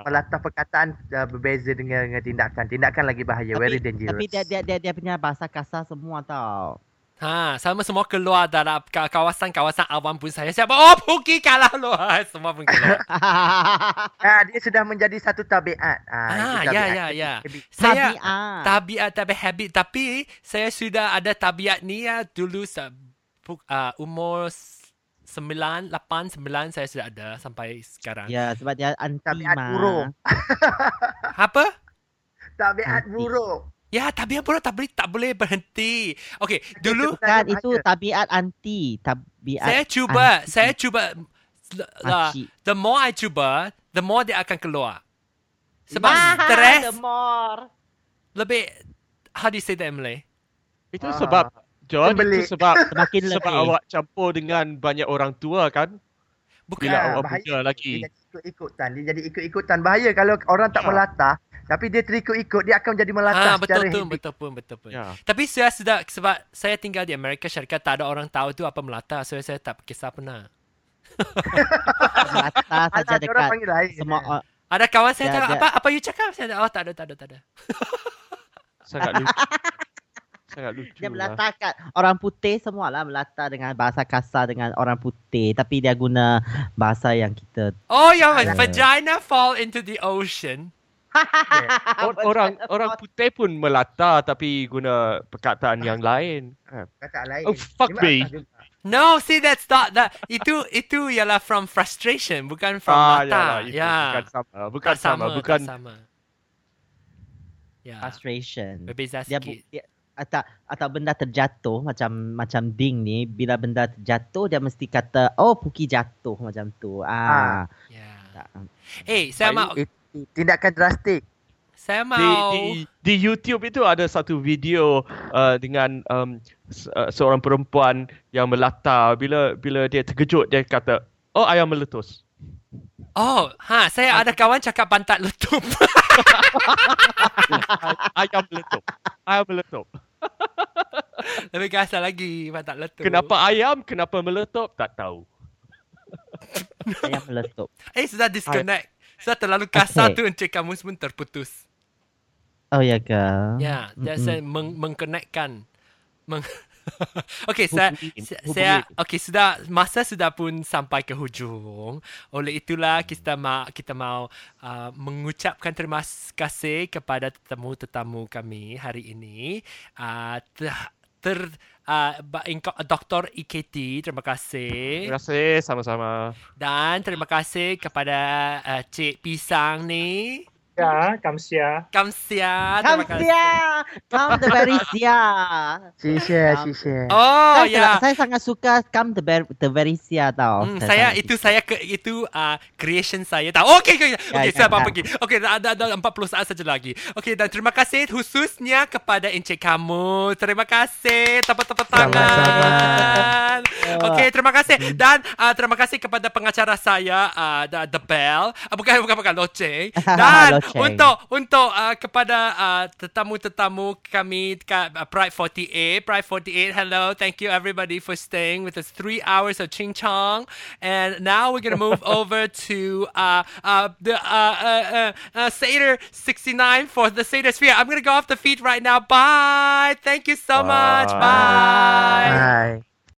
D: Ya.
G: melatah perkataan uh, berbeza dengan, dengan tindakan. Tindakan lagi bahaya. Very dangerous.
C: Tapi dia, dia dia dia punya bahasa kasar semua tau.
A: Ha, sama semua keluar dalam ka- kawasan-kawasan awam pun saya siap. Oh, pergi kalah lu. Ha, semua pun keluar.
G: Ah, dia sudah menjadi satu tabiat.
A: Ah,
G: itu
A: ya,
G: tabiat.
A: ya, ya.
G: Habit.
A: saya
C: Tabiat.
A: tabiat tapi habit tapi saya sudah ada tabiat ni ya dulu sa- pu- uh, umur s- sembilan, lapan, sembilan saya sudah ada sampai sekarang.
C: Ya, sebab dia anti
G: Tabiat
C: mah.
G: buruk.
A: Apa?
G: Tabiat
C: Nanti.
G: buruk.
A: Ya, tabiat buruk tak boleh tak boleh berhenti. Okey, dulu
C: Bukan Kan, itu tabiat anti, tabiat
A: saya
C: Ah,
A: cuba, saya cuba la,
C: makcik.
A: the more I cuba, the more dia akan keluar. Sebab
C: Ah,
A: stres
C: the more.
A: lebih how do you say that in Malay?
D: Itu
G: Ah.
D: sebab John
G: Terbelit.
D: itu sebab
C: Semakin
D: sebab
C: lebih.
D: awak campur dengan banyak orang tua kan
A: Bukan.
D: bila
G: Ya,
D: awak
G: bahaya.
D: muda lagi.
G: Dia jadi ikut-ikutan. Dia jadi ikut-ikutan. Bahaya kalau orang tak
D: Ya.
G: melatah. Tapi dia terikut-ikut. Dia akan jadi
A: Ah,
G: melatah secara
A: betul tu,
G: hidup.
A: betul pun, betul pun.
D: Ya.
A: Tapi saya sudah sebab saya tinggal di Amerika syarikat tak ada orang tahu tu apa melata, so saya tak kisah lah. pernah.
C: Melata saja
G: Alah, dia orang
C: dekat
G: panggil lain.
C: semua o-
A: Ada kawan saya
C: Ya,
A: tanya
C: ada.
A: apa apa you cakap saya tanya, oh tak ada tak ada tak ada.
D: Sangat lucu. Sangat lucu.
C: dia
D: lah.
C: melata kat orang putih semua lah melata dengan bahasa kasar dengan orang putih tapi dia guna bahasa yang kita
A: Oh ya,
C: Ada.
A: vagina fall into the ocean.
D: Or- orang orang putih pun melata tapi guna perkataan yang lain.
A: Eh,
D: Ah.
G: Kata lain.
D: Oh, fuck
G: Dia melatah
D: me.
G: juga.
A: No, see that's not that. Itu itu ialah from frustration, bukan from
D: yalah,
A: melata.
D: Ah, lah, itu
A: ya,
D: bukan sama. Bukan
A: tak
D: sama, bukan
A: tak sama. Ya,
C: frustration.
A: berbeza
C: Dia, Ya,
A: sikit.
C: bu- dia atau atau benda terjatuh macam macam ding ni bila benda terjatuh dia mesti kata oh puki jatuh macam tu. Ah.
A: Ya.
C: Tak.
A: Eh, saya mau
G: It- it- Tindakan drastik.
A: saya
D: di,
A: mau
D: di di YouTube itu ada satu video uh, dengan um, se- uh, seorang perempuan yang melata bila bila dia terkejut dia kata oh ayam meletus.
A: Oh, ha, saya ada kawan cakap pantat letup.
D: Ayam meletup. Ayam meletup.
A: Lebih kasar lagi pantat letup.
D: Kenapa ayam, kenapa meletup tak tahu.
C: Saya meletup.
A: Eh, sudah disconnect. Sudah terlalu kasar
C: Okay.
A: tu encik kamu pun terputus.
C: Oh ya ke?
A: Ya, yeah,
C: Mm-mm.
A: saya meng- mengconnectkan. Meng- Okey, saya,
D: Hubungin,
A: saya-
D: hubungin.
A: saya okey sudah masa sudah pun sampai ke hujung. Oleh itulah kita mau kita mau uh, mengucapkan terima kasih kepada tetamu-tetamu kami hari ini. Uh, ter, ter uh, ba- Inko- Dr. IKT, terima kasih.
D: Terima kasih sama-sama.
A: Dan terima kasih kepada uh, Cik Pisang ni.
F: Ya, Kamsia.
A: Kamsia. terima kasih.
C: Kamsia, Kam the Verisia.
G: Shisha,
C: Um,
G: shisha.
A: Oh,
C: saya,
A: ya.
C: saya sangat suka Kam the, Ver, the Verisia tau.
A: Hmm, saya
C: sangat
A: itu
C: suka.
A: saya ke itu uh, creation saya tahu. Okey okey. Okey,
C: ya,
A: saya apa
C: ya.
A: pergi. Okey, dah ada ada 40 saat saja lagi. Okey, dan terima kasih khususnya kepada encik kamu. Terima kasih. Tepuk-tepuk tangan. Okey, terima kasih.
C: Hmm.
A: Dan uh, terima kasih kepada pengacara saya uh, the, the Bell. Uh, bukan bukan bukan Loceng. Dan
C: Loceng.
A: untuk untuk uh, kepada uh, tetamu-tetamu kami dekat uh, Pride 48, Pride 48. Hello, thank you everybody for staying with us three hours of Ching Chong. And now we're gonna move over to uh, uh, the uh, uh, uh, uh, Seder 69 for the Seder Sphere. I'm gonna go off the feet right now. Bye. Thank you so much.
D: Bye.
A: Bye.
G: Bye.